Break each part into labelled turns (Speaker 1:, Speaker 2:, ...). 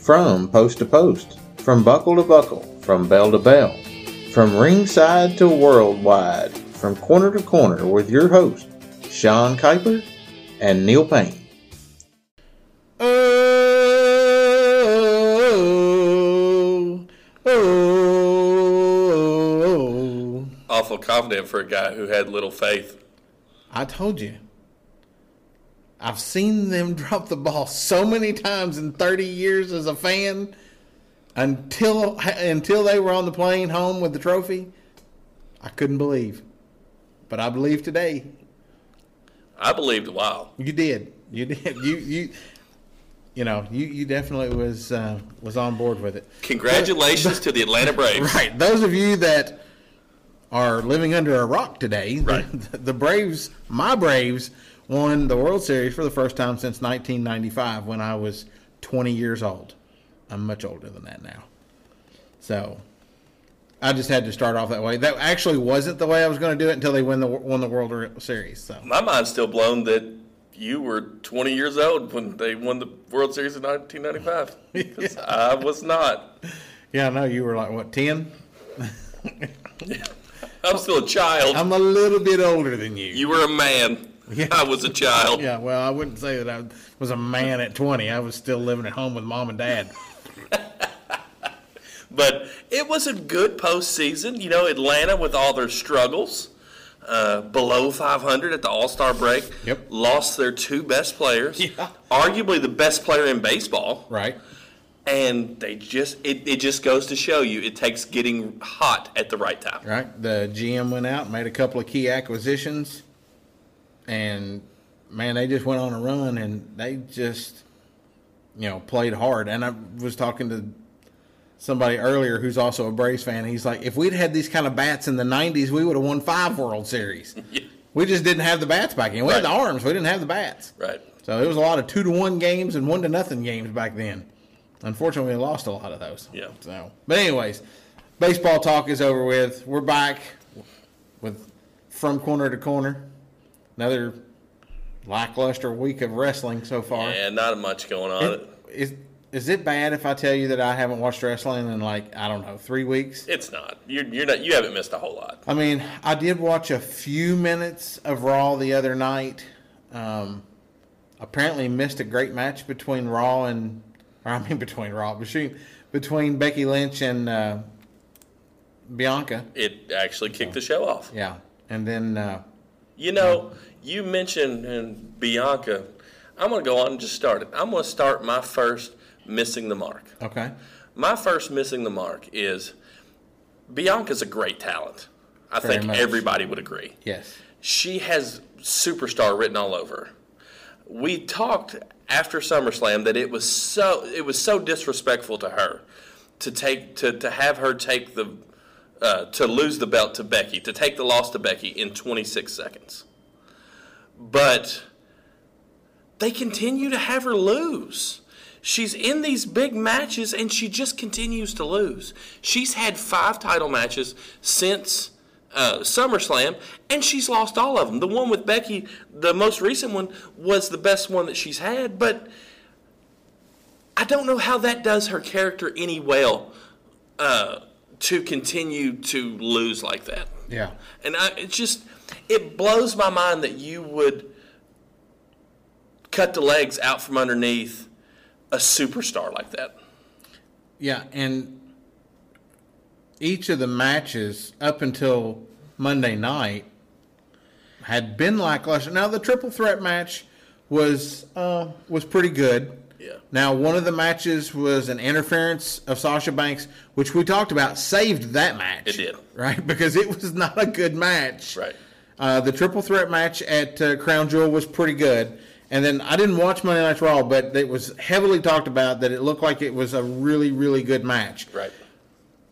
Speaker 1: from post to post, from buckle to buckle, from bell to bell, from ringside to worldwide, from corner to corner with your host, Sean Kuiper and Neil Payne.
Speaker 2: Oh, oh, oh.
Speaker 3: Awful confident for a guy who had little faith.
Speaker 2: I told you. I've seen them drop the ball so many times in 30 years as a fan until until they were on the plane home with the trophy. I couldn't believe. But I believe today.
Speaker 3: I believed a while.
Speaker 2: You did. You did. You you you know, you, you definitely was uh, was on board with it.
Speaker 3: Congratulations to the Atlanta Braves.
Speaker 2: Right. Those of you that are living under a rock today, the-
Speaker 3: Right.
Speaker 2: the, Braves, my Braves, won the World Series for the first time since 1995 when I was 20 years old. I'm much older than that now. So I just had to start off that way. That actually wasn't the way I was going to do it until they win the won the World Series. So
Speaker 3: My mind's still blown that you were 20 years old when they won the World Series in 1995. 'Cause I was not.
Speaker 2: yeah, I know you were like what 10?
Speaker 3: I'm still a child.
Speaker 2: I'm a little bit older than you.
Speaker 3: you were a man. I was a child.
Speaker 2: Yeah, well, I wouldn't say that I was a man at 20. I was still living at home with mom and dad.
Speaker 3: But it was a good postseason. You know, Atlanta with all their struggles, uh, below 500 at the All Star break,
Speaker 2: Yep.
Speaker 3: lost their two best players, arguably the best player in baseball.
Speaker 2: Right.
Speaker 3: And they just it, it just goes to show you it takes getting hot at the right time.
Speaker 2: Right. The GM went out, made a couple of key acquisitions, and man, they just went on a run and they just, you know, played hard. And I was talking to somebody earlier who's also a Braves fan. He's like, if we'd had these kind of bats in the 90s, we would have won five World Series.
Speaker 3: Yeah.
Speaker 2: We just didn't have the bats back then. We had the
Speaker 3: Right.
Speaker 2: arms, we didn't have the bats.
Speaker 3: Right.
Speaker 2: So it was a lot of two to one games and one to nothing games back then. Unfortunately, we lost a lot of those.
Speaker 3: Yeah.
Speaker 2: So, but anyways, baseball talk is over with. We're back with from corner to corner. Another lackluster week of wrestling so far.
Speaker 3: And not much going on. It,
Speaker 2: Is is it bad if I tell you that I haven't watched wrestling in like I don't know three weeks?
Speaker 3: it's not. You're you're not you haven't missed a whole lot.
Speaker 2: I mean, I did watch a few minutes of Raw the other night. Um, apparently, missed a great match between Raw and, or I mean, between Raw, between, between Becky Lynch and uh, Bianca.
Speaker 3: It actually kicked the show off.
Speaker 2: Yeah, and then uh,
Speaker 3: You know, you mentioned and Bianca. I'm going to go on and just start it. I'm going to start my first missing the mark.
Speaker 2: okay,
Speaker 3: My first missing the mark is Bianca's a great talent. I
Speaker 2: Very
Speaker 3: think
Speaker 2: much.
Speaker 3: everybody would agree.
Speaker 2: yes,
Speaker 3: She has superstar written all over. her. We talked after SummerSlam that it was so it was so disrespectful to her to take to, to have her take the uh, to lose the belt to Becky to take the loss to Becky in 26 seconds. But they continue to have her lose. She's in these big matches and she just continues to lose. She's had five title matches since uh, SummerSlam and she's lost all of them. The one with Becky, the most recent one, was the best one that she's had, but I don't know how that does her character any well uh, to continue to lose like that.
Speaker 2: yeah,
Speaker 3: And I, it just it blows my mind that you would cut the legs out from underneath a superstar like that.
Speaker 2: yeah, and each of the matches up until Monday night had been lackluster. Now the triple threat match was uh, was pretty good.
Speaker 3: Yeah.
Speaker 2: Now, one of the matches was an interference of Sasha Banks, which we talked about, saved that match.
Speaker 3: It did.
Speaker 2: Right? Because it was not a good match.
Speaker 3: Right.
Speaker 2: Uh, the triple threat match at uh, Crown Jewel was pretty good. And then I didn't watch Monday Night Raw, but it was heavily talked about that it looked like it was a really, really good match.
Speaker 3: Right.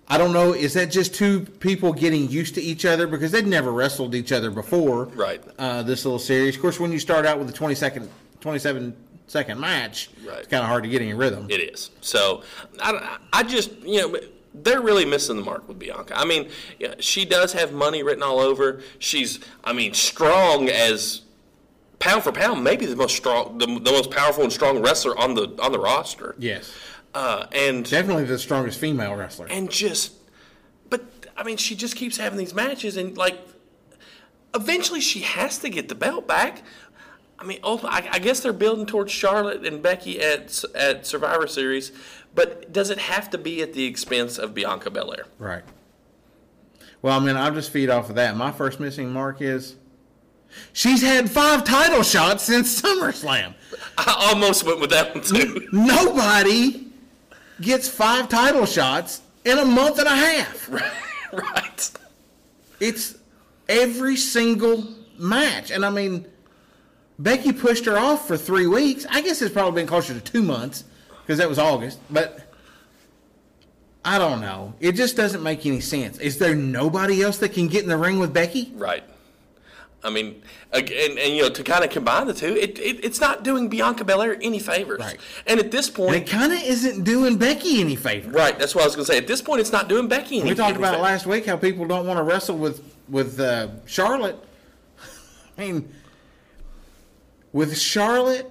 Speaker 2: I don't know. Is that just two people getting used to each other because they'd never wrestled each other before?
Speaker 3: Right.
Speaker 2: Uh, this little series, of course, when you start out with a 20 second, 27 second match,
Speaker 3: Right.
Speaker 2: it's kind of hard to get any rhythm.
Speaker 3: It is. So I, I just you know they're really missing the mark with Bianca. I mean, yeah, she does have money written all over. She's I mean strong as pound for pound, maybe the most strong, the, the most powerful and strong wrestler on the on the roster.
Speaker 2: yes.
Speaker 3: Uh, and
Speaker 2: Definitely the strongest female wrestler.
Speaker 3: and just but I mean she just keeps having these matches and like eventually she has to get the belt back. I mean, oh, I, I guess they're building towards Charlotte and Becky at at Survivor Series, but does it have to be at the expense of Bianca Belair?
Speaker 2: Right. Well, I mean, I'll just feed off of that. My first missing mark is she's had five title shots since SummerSlam.
Speaker 3: I almost went with that one too.
Speaker 2: Nobody gets five title shots in a month and a half.
Speaker 3: right.
Speaker 2: It's every single match. And I mean, Becky pushed her off for three weeks. I guess it's probably been closer to two months because that was August. But I don't know. It just doesn't make any sense. Is there nobody else that can get in the ring with Becky?
Speaker 3: Right. I mean, ag- and, and you know, to kind of combine the two, it, it it's not doing Bianca Belair any favors.
Speaker 2: Right.
Speaker 3: And at this point,
Speaker 2: And it kind of isn't doing Becky any favor.
Speaker 3: Right, that's what I was gonna say. At this point, it's not doing Becky. Any
Speaker 2: We talked about it
Speaker 3: anything.
Speaker 2: last week how people don't want to wrestle with with uh, Charlotte. I mean, with Charlotte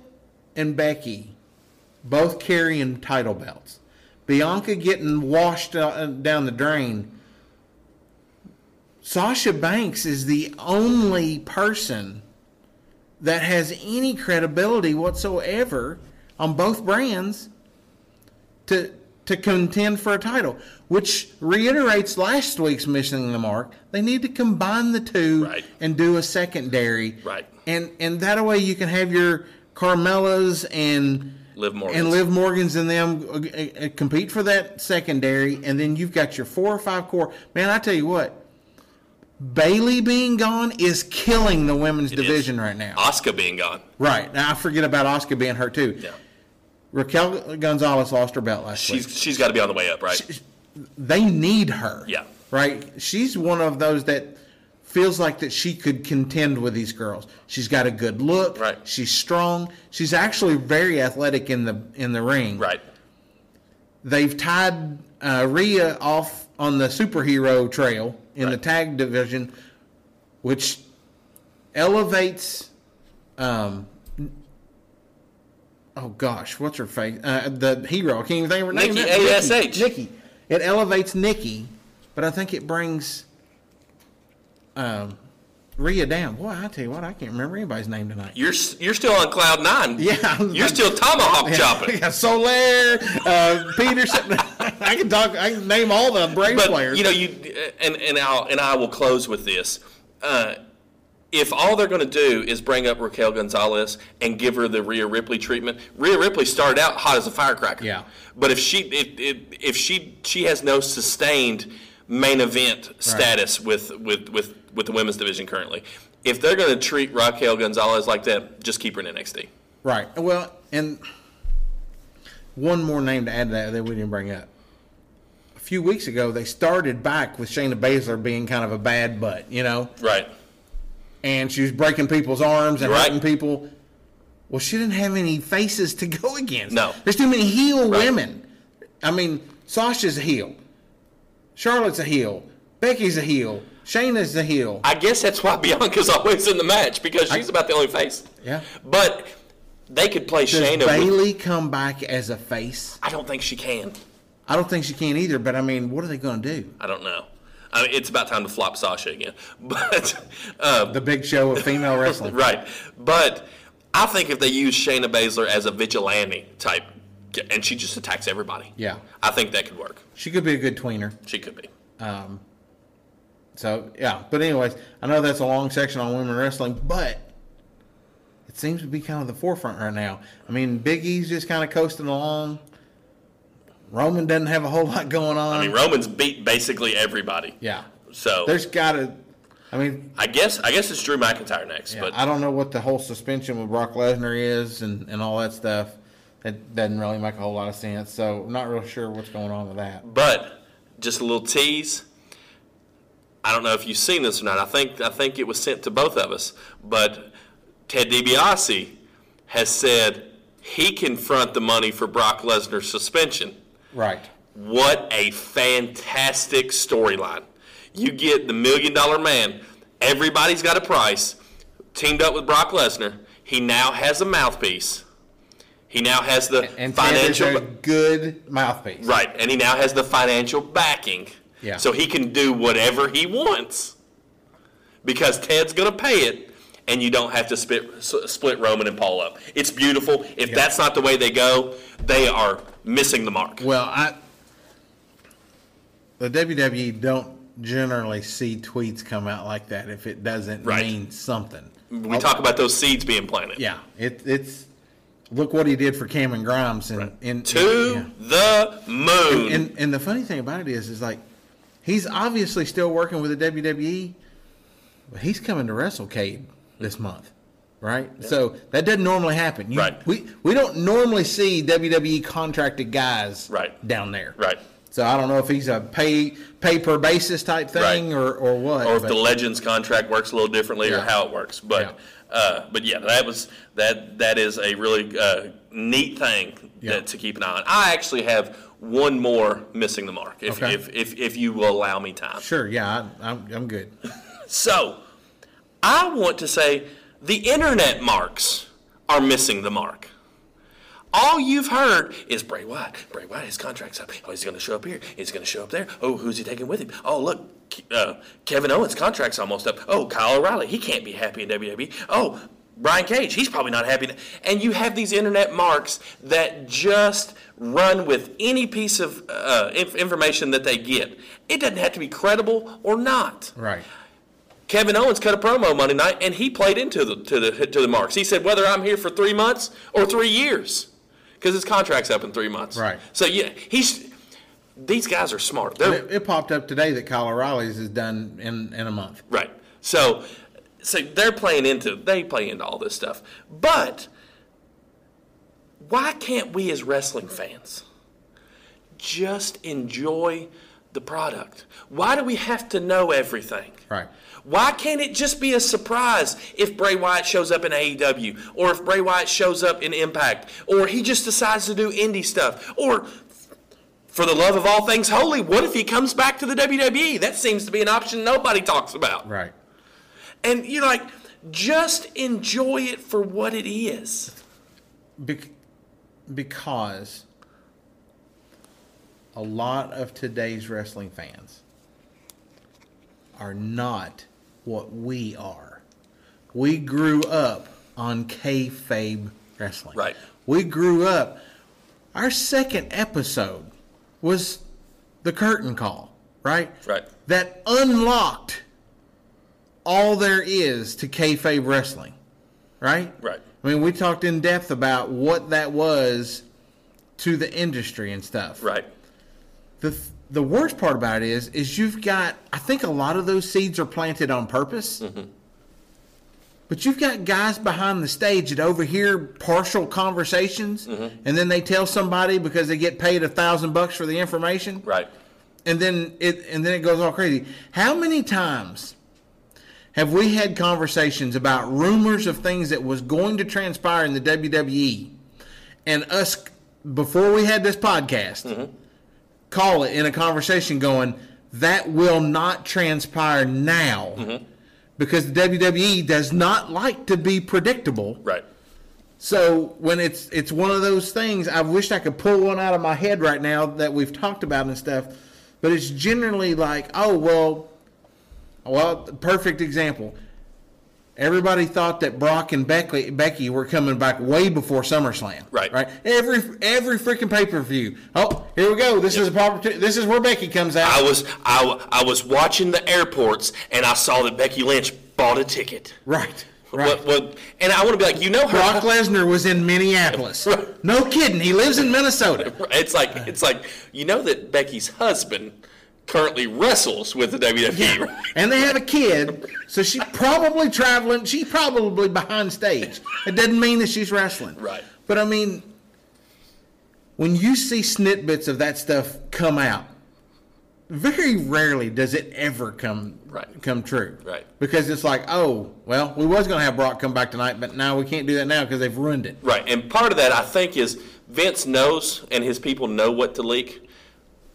Speaker 2: and Becky both carrying title belts, Bianca getting washed out, down the drain. Sasha Banks is the only person that has any credibility whatsoever on both brands to to contend for a title, which reiterates last week's missing the mark. They need to combine the two
Speaker 3: Right.
Speaker 2: and do a secondary,
Speaker 3: Right.
Speaker 2: And and that way you can have your Carmellas and
Speaker 3: Liv Morgan.
Speaker 2: and Liv Morgan's and them uh, uh, compete for that secondary, and then you've got your four or five core. Man, I tell you what, Bailey being gone is killing the women's
Speaker 3: is.
Speaker 2: division right now.
Speaker 3: Oscar being gone.
Speaker 2: Right now, I forget about Oscar being hurt too.
Speaker 3: Yeah,
Speaker 2: Raquel Gonzalez lost her belt last
Speaker 3: she's
Speaker 2: week.
Speaker 3: she's got to be on the way up, right?
Speaker 2: They need her.
Speaker 3: Yeah.
Speaker 2: Right. She's one of those that feels like that she could contend with these girls. She's got a good look.
Speaker 3: Right.
Speaker 2: She's strong. She's actually very athletic in the in the ring.
Speaker 3: right.
Speaker 2: they've tied uh, Rhea off on the superhero trail in the
Speaker 3: Right.
Speaker 2: tag division, which elevates. Um, oh gosh, what's her face? Uh, the hero. I can't even think of her name.
Speaker 3: Nikki
Speaker 2: Nikki,
Speaker 3: ASH.
Speaker 2: Nikki. It elevates Nikki, but I think it brings um, Rhea down. Boy, I tell you what, I can't remember anybody's name tonight.
Speaker 3: You're s- you're still on cloud nine.
Speaker 2: Yeah.
Speaker 3: you're still tomahawk chopping.
Speaker 2: Yeah, Solaire, uh, Peterson. I can talk. I can name all the Braves
Speaker 3: But
Speaker 2: players.
Speaker 3: you know you and and I'll and I will close with this. Uh, if all they're going to do is bring up Raquel Gonzalez and give her the Rhea Ripley treatment, Rhea Ripley started out hot as a firecracker.
Speaker 2: Yeah.
Speaker 3: But if she if, if, if she she has no sustained main event status with, with with with the women's division currently, if they're going to treat Raquel Gonzalez like that, just keep her in NXT.
Speaker 2: right. Well, and one more name to add to that that we didn't bring up. A few weeks ago, they started back with Shayna Baszler being kind of a bad butt, you know,
Speaker 3: Right.
Speaker 2: and she was breaking people's arms and
Speaker 3: Right.
Speaker 2: hurting people. Well, she didn't have any faces to go against.
Speaker 3: No.
Speaker 2: There's too many heel
Speaker 3: Right.
Speaker 2: women. I mean, Sasha's a heel. Charlotte's a heel. Becky's a heel. Shayna's a heel.
Speaker 3: I guess that's why Bianca's always in the match because she's about the only face.
Speaker 2: Yeah.
Speaker 3: But they could play
Speaker 2: Does
Speaker 3: Shayna. with-
Speaker 2: Bailey come back as a face?
Speaker 3: I don't think she can.
Speaker 2: I don't think she can either, but I mean, what are they going to do?
Speaker 3: I don't know. I mean, it's about time to flop Sasha again. But uh,
Speaker 2: The big show of female wrestling.
Speaker 3: right. But I think if they use Shayna Baszler as a vigilante type, and she just attacks everybody.
Speaker 2: Yeah.
Speaker 3: I think that could work.
Speaker 2: She could be a good tweener.
Speaker 3: She could be.
Speaker 2: So, yeah. But, anyways, I know that's a long section on women wrestling, but it seems to be kind of the forefront right now. I mean, Big E's just kind of coasting along. Roman doesn't have a whole lot going on.
Speaker 3: I mean, Roman's beat basically everybody.
Speaker 2: yeah.
Speaker 3: So
Speaker 2: Um, There's got to, I mean,
Speaker 3: I guess I guess it's Drew McIntyre next.
Speaker 2: Yeah,
Speaker 3: but
Speaker 2: I don't know what the whole suspension with Brock Lesnar is and, and all that stuff. It doesn't really make a whole lot of sense. So I'm not really sure what's going on with that.
Speaker 3: But just a little tease. I don't know if you've seen this or not. I think I think it was sent to both of us. But Ted DiBiase has said he can front the money for Brock Lesnar's suspension.
Speaker 2: Right.
Speaker 3: What a fantastic storyline! You get the million dollar man. Everybody's got a price. Teamed up with Brock Lesnar, he now has a mouthpiece. He now has the
Speaker 2: And Sanders
Speaker 3: financial
Speaker 2: are a good mouthpiece.
Speaker 3: right, and he now has the financial backing.
Speaker 2: Yeah.
Speaker 3: So he can do whatever he wants because Ted's going to pay it, and you don't have to split s- split Roman and Paul up. It's beautiful. If that's not the way they go, they are missing the mark.
Speaker 2: Well, I the WWE don't generally see tweets come out like that if it doesn't
Speaker 3: Right. Mm.
Speaker 2: mean something.
Speaker 3: We talk about those seeds being planted.
Speaker 2: Yeah, it, it's look what he did for Cameron Grimes and in, yeah.
Speaker 3: To the moon.
Speaker 2: And and the funny thing about it is, is like he's obviously still working with the WWE, but he's coming to WrestleCade this month, right? So that doesn't normally happen. You-
Speaker 3: Right.
Speaker 2: We we don't normally see WWE contracted guys
Speaker 3: Right.
Speaker 2: down there.
Speaker 3: Right.
Speaker 2: So I don't know if he's a pay pay per basis type thing
Speaker 3: Right.
Speaker 2: or or what.
Speaker 3: or if
Speaker 2: but-
Speaker 3: the legends contract works a little differently or
Speaker 2: Yeah.
Speaker 3: how it works but uh, but yeah that was that that is a really uh, neat thing
Speaker 2: Yeah.
Speaker 3: that, to keep an eye on i actually have one more missing the mark if,
Speaker 2: Okay.
Speaker 3: if, if, if you will allow me time
Speaker 2: sure, yeah, I, I'm I'm good.
Speaker 3: so i want to say the internet marks are missing the mark all you've heard is Bray Wyatt. Bray Wyatt, his contract's up. Oh, he's going to show up here. He's going to show up there. Oh, who's he taking with him? Oh, look, Ke- uh, Kevin Owens' contract's almost up. Oh, Kyle O'Reilly, he can't be happy in WWE. Oh, Brian Cage, he's probably not happy. And you have these internet marks that just run with any piece of uh, inf- information that they get. It doesn't have to be credible or not.
Speaker 2: Right.
Speaker 3: Kevin Owens cut a promo Monday night, and he played into the to the to the marks. He said, "Whether I'm here for three months or three years, because his contract's up in three months."
Speaker 2: Right.
Speaker 3: So yeah, he's these guys are smart. They're
Speaker 2: It, it popped up today that Kyle O'Reilly's is done in in a month.
Speaker 3: right. So so they're playing into they play into all this stuff. But why can't we as wrestling fans just enjoy the product? Why do we have to know everything?
Speaker 2: Right.
Speaker 3: Why can't it just be a surprise if Bray Wyatt shows up in AEW or if Bray Wyatt shows up in Impact or he just decides to do indie stuff or for the love of all things holy, what if he comes back to the WWE? That seems to be an option nobody talks about.
Speaker 2: Right.
Speaker 3: And you're like, just enjoy it for what it is.
Speaker 2: Bec- because a lot of today's wrestling fans are not what we are. We grew up on kayfabe wrestling.
Speaker 3: Right.
Speaker 2: We grew up. Our second episode was the curtain call, right?
Speaker 3: Right.
Speaker 2: That unlocked all there is to kayfabe wrestling, right?
Speaker 3: Right.
Speaker 2: I mean, we talked in depth about what that was to the industry and stuff.
Speaker 3: Right.
Speaker 2: The the worst part about it is is you've got I think a lot of those seeds are planted on purpose. But you've got guys behind the stage that overhear partial conversations, and then they tell somebody because they get paid a thousand bucks for the information
Speaker 3: Right.
Speaker 2: and then it and then it goes all crazy. How many times have we had conversations about rumors of things that was going to transpire in the WWE, and us before we had this podcast, call it in a conversation going that will not transpire now because the WWE does not like to be predictable.
Speaker 3: Right.
Speaker 2: So when it's it's one of those things, I wish I could pull one out of my head right now that we've talked about and stuff, but it's generally like, oh well, well, perfect example. Everybody thought that Brock and Becky, Becky were coming back way before SummerSlam.
Speaker 3: Right.
Speaker 2: Right. Every every freaking pay per view. Oh, here we go. This is a proper. This is where Becky comes out.
Speaker 3: I was I, w- I was watching the airports and I saw that Becky Lynch bought a ticket.
Speaker 2: right. Right.
Speaker 3: What, what, and I want to be like, you know, her
Speaker 2: Brock Lesnar was in Minneapolis.
Speaker 3: Right.
Speaker 2: No kidding. He lives in Minnesota.
Speaker 3: It's like it's like you know that Becky's husband currently wrestles with the WWE. right?
Speaker 2: and they have a kid, so she's probably traveling. She's probably behind stage. It doesn't mean that she's wrestling.
Speaker 3: Right.
Speaker 2: But I mean, when you see snippets of that stuff come out, very rarely does it ever come
Speaker 3: Right.
Speaker 2: come true.
Speaker 3: Right.
Speaker 2: Because it's like, oh, well, we was going to have Brock come back tonight, but now we can't do that now because they've ruined it.
Speaker 3: Right. And part of that I think is Vince knows and his people know what to leak.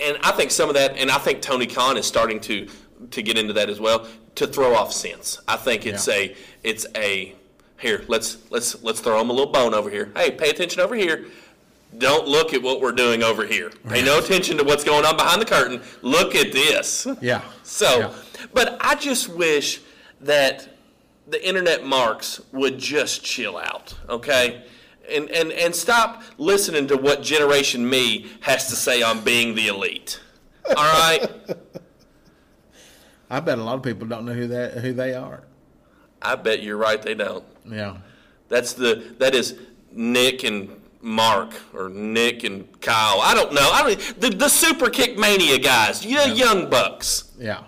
Speaker 3: And I think some of that and I think Tony Khan is starting to to get into that as well to throw off sense. I think it's
Speaker 2: Yeah.
Speaker 3: a it's a Here, let's let's let's throw him a little bone over here. Hey, pay attention over here. Don't look at what we're doing over here. Pay no attention to what's going on behind the curtain. Look at this.
Speaker 2: Yeah.
Speaker 3: So,
Speaker 2: Yeah.
Speaker 3: but I just wish that the internet marks would just chill out, okay? And, and, and stop listening to what Generation Me has to say on being the elite. All right?
Speaker 2: I bet a lot of people don't know who that who they are.
Speaker 3: I bet you're right, they don't.
Speaker 2: Yeah.
Speaker 3: That's the, that is Nick and Mark or Nick and Kyle. I don't know. I don't, the, the Super Kick Mania guys, you know, Young Bucks,
Speaker 2: Yeah.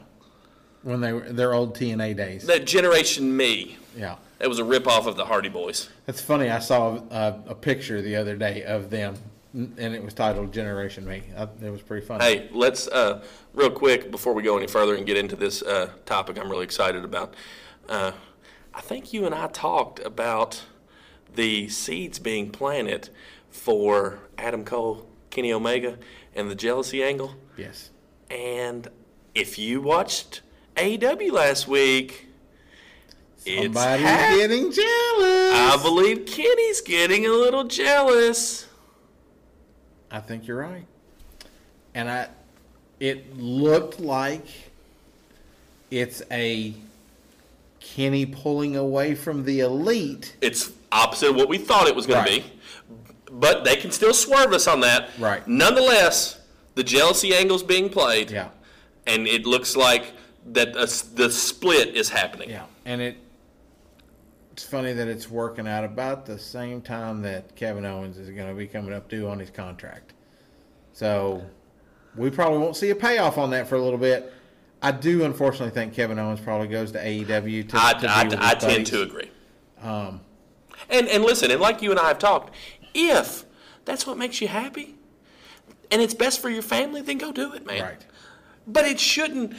Speaker 2: When they were their old TNA days.
Speaker 3: that Generation Me.
Speaker 2: Yeah.
Speaker 3: That was a ripoff of the Hardy Boys.
Speaker 2: That's funny. I saw a, a picture the other day of them, n- and it was titled "Generation Me." I, it was pretty funny.
Speaker 3: Hey, let's uh, real quick before we go any further and get into this uh, topic. I'm really excited about. Uh, I think you and I talked about the seeds being planted for Adam Cole, Kenny Omega, and the jealousy angle.
Speaker 2: Yes.
Speaker 3: And if you watched AEW last week, it's
Speaker 2: Somebody's
Speaker 3: hap-
Speaker 2: getting jealous.
Speaker 3: I believe Kenny's getting a little jealous.
Speaker 2: I think you're right. And I, it looked like it's a Kenny pulling away from the elite.
Speaker 3: it's opposite of what we thought it was going
Speaker 2: Right.
Speaker 3: to be. But they can still swerve us on that.
Speaker 2: Right.
Speaker 3: Nonetheless, the jealousy angle's being played.
Speaker 2: Yeah.
Speaker 3: And it looks like that uh, s- the split is happening.
Speaker 2: Yeah. And it, it's funny that it's working out about the same time that Kevin Owens is going to be coming up due on his contract. So we probably won't see a payoff on that for a little bit. I do unfortunately think Kevin Owens probably goes to AEW to,
Speaker 3: I,
Speaker 2: to
Speaker 3: I,
Speaker 2: deal with
Speaker 3: I
Speaker 2: his
Speaker 3: tend
Speaker 2: buddies.
Speaker 3: to agree. Um, and and listen, and like you and I have talked, if that's what makes you happy, and it's best for your family, then go do it, man.
Speaker 2: Right.
Speaker 3: But it shouldn't.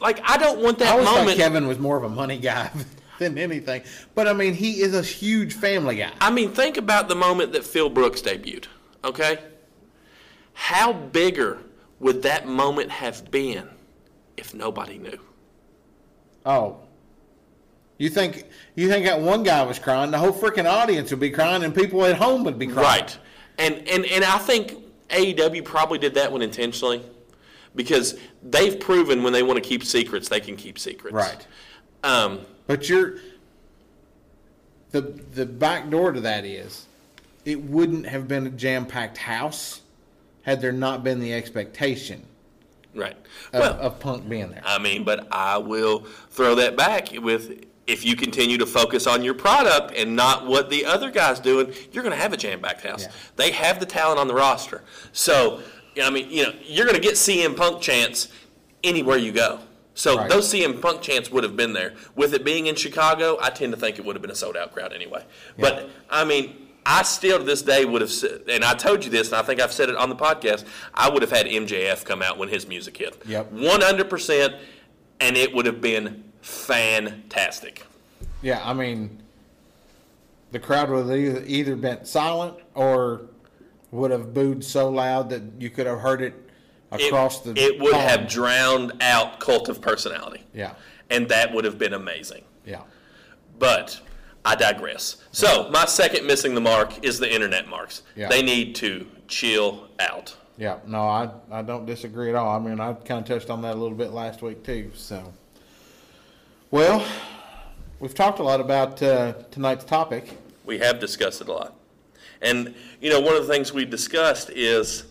Speaker 3: Like I don't want that
Speaker 2: I always thought
Speaker 3: moment.
Speaker 2: Kevin was more of a money guy than anything, but I mean, he is a huge family guy.
Speaker 3: I mean, think about the moment that Phil Brooks debuted, okay? How bigger would that moment have been if nobody knew?
Speaker 2: Oh, you think you think that one guy was crying? The whole freaking audience would be crying, and people at home would be crying.
Speaker 3: Right. And and and I think AEW probably did that one intentionally because they've proven when they want to keep secrets, they can keep secrets.
Speaker 2: right.
Speaker 3: Um,
Speaker 2: But you're the the back door to that is it wouldn't have been a jam packed house had there not been the expectation
Speaker 3: right.
Speaker 2: of,
Speaker 3: well,
Speaker 2: of Punk being there.
Speaker 3: I mean, but I will throw that back with if you continue to focus on your product and not what the other guy's doing, you're going to have a jam-packed house.
Speaker 2: Yeah.
Speaker 3: They have the talent on the roster. So, I mean, you know, you're going to get CM Punk chants anywhere you go. So
Speaker 2: Right.
Speaker 3: those CM Punk chants would have been there. With it being in Chicago, I tend to think it would have been a sold-out crowd anyway. But I mean, I still to this day would have said, and I told you this, and I think I've said it on the podcast. I would have had MJF come out when his music hit.
Speaker 2: Yep.
Speaker 3: 100%, and it would have been fantastic.
Speaker 2: Yeah, I mean, the crowd would have either, either been silent or would have booed so loud that you could have heard it
Speaker 3: It,
Speaker 2: across the.
Speaker 3: it would
Speaker 2: pond.
Speaker 3: have drowned out Cult of Personality.
Speaker 2: Yeah,
Speaker 3: And that would have been amazing.
Speaker 2: yeah.
Speaker 3: But I digress. So, my second missing the mark is the internet marks.
Speaker 2: Yeah.
Speaker 3: They need to chill out.
Speaker 2: Yeah, no, I, I don't disagree at all. I mean, I kind of touched on that a little bit last week too. So, well, we've talked a lot about uh, tonight's topic.
Speaker 3: We have discussed it a lot. And, you know, one of the things we discussed is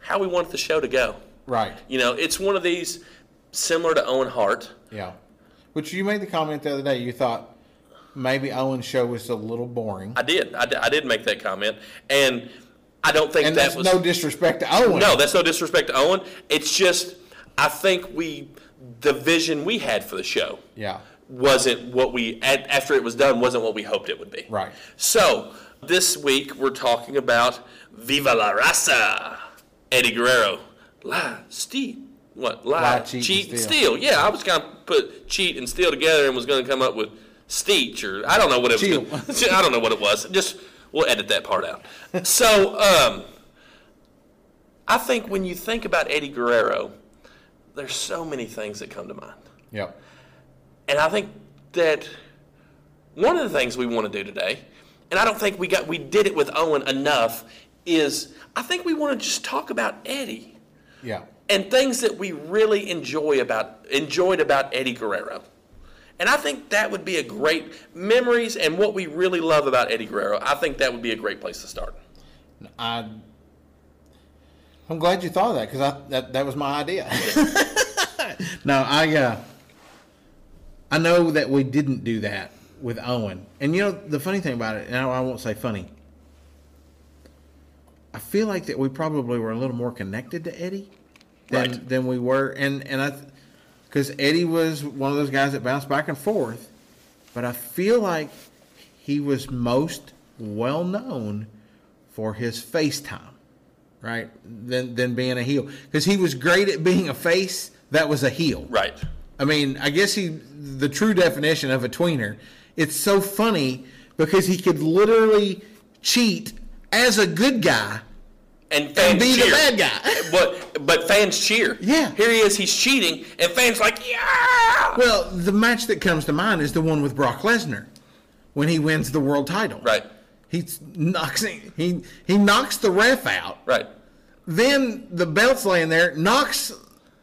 Speaker 3: how we want the show to go.
Speaker 2: Right.
Speaker 3: You know, it's one of these similar to Owen Hart.
Speaker 2: Yeah. Which you made the comment the other day. You thought maybe Owen's show was a little boring,
Speaker 3: I did. I, di- I did make that comment, and I don't think
Speaker 2: and
Speaker 3: that
Speaker 2: that's
Speaker 3: was
Speaker 2: no disrespect to Owen.
Speaker 3: no. That's no disrespect to Owen. It's just I think we the vision we had for the show
Speaker 2: Yeah.
Speaker 3: wasn't what we at, after it was done wasn't what we hoped it would be.
Speaker 2: Right.
Speaker 3: So this week we're talking about Viva la Raza, Eddie Guerrero, La Steal. What lie,
Speaker 2: Lie, cheat, and
Speaker 3: cheat, and
Speaker 2: steal.
Speaker 3: steal? Yeah, I was gonna put cheat and steal together and was gonna come up with steech or I don't know what it
Speaker 2: Cheal.
Speaker 3: was. I don't know what it was. Just we'll edit that part out. So um, I think when you think about Eddie Guerrero, there's so many things that come to mind.
Speaker 2: Yep.
Speaker 3: And I think that One of the things we want to do today, and I don't think we got we did it with Owen enough, is I think we want to just talk about Eddie
Speaker 2: Yeah.
Speaker 3: and things that we really enjoy about enjoyed about Eddie Guerrero. And I think that would be a great memories and what we really love about Eddie Guerrero. I think that would be a great place to start.
Speaker 2: I. I'm glad you thought of that because that that was my idea. no, I uh, I know that we didn't do that with Owen, and you know the funny thing about it, and I I won't say funny. I feel like that we probably were a little more connected to Eddie than
Speaker 3: Right.
Speaker 2: than we were, and and I, because Eddie was one of those guys that bounced back and forth, but I feel like he was most well known for his face time, right? Than than being a heel because he was great at being a face that was a heel,
Speaker 3: Right.
Speaker 2: I mean, I guess he the true definition of a tweener. It's so funny because he could literally cheat as a good guy
Speaker 3: And fans
Speaker 2: and be
Speaker 3: cheer.
Speaker 2: the bad guy.
Speaker 3: But but fans cheer.
Speaker 2: Yeah.
Speaker 3: Here he is, he's cheating, and fans like, yeah.
Speaker 2: Well, the match that comes to mind is the one with Brock Lesnar when he wins the world title.
Speaker 3: Right.
Speaker 2: He knocks he he knocks the ref out.
Speaker 3: Right.
Speaker 2: Then the belt's laying there, knocks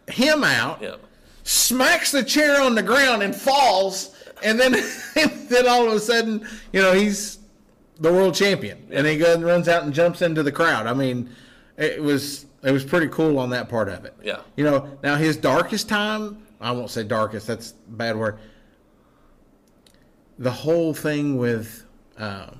Speaker 2: him out.
Speaker 3: Yeah.
Speaker 2: smacks the chair on the ground and falls, and then then all of a sudden, you know, he's the world champion, and he goes and runs out and jumps into the crowd. I mean, it was it was pretty cool on that part of it.
Speaker 3: Yeah.
Speaker 2: you know, now his darkest time, I won't say darkest, that's a bad word. The whole thing with uh,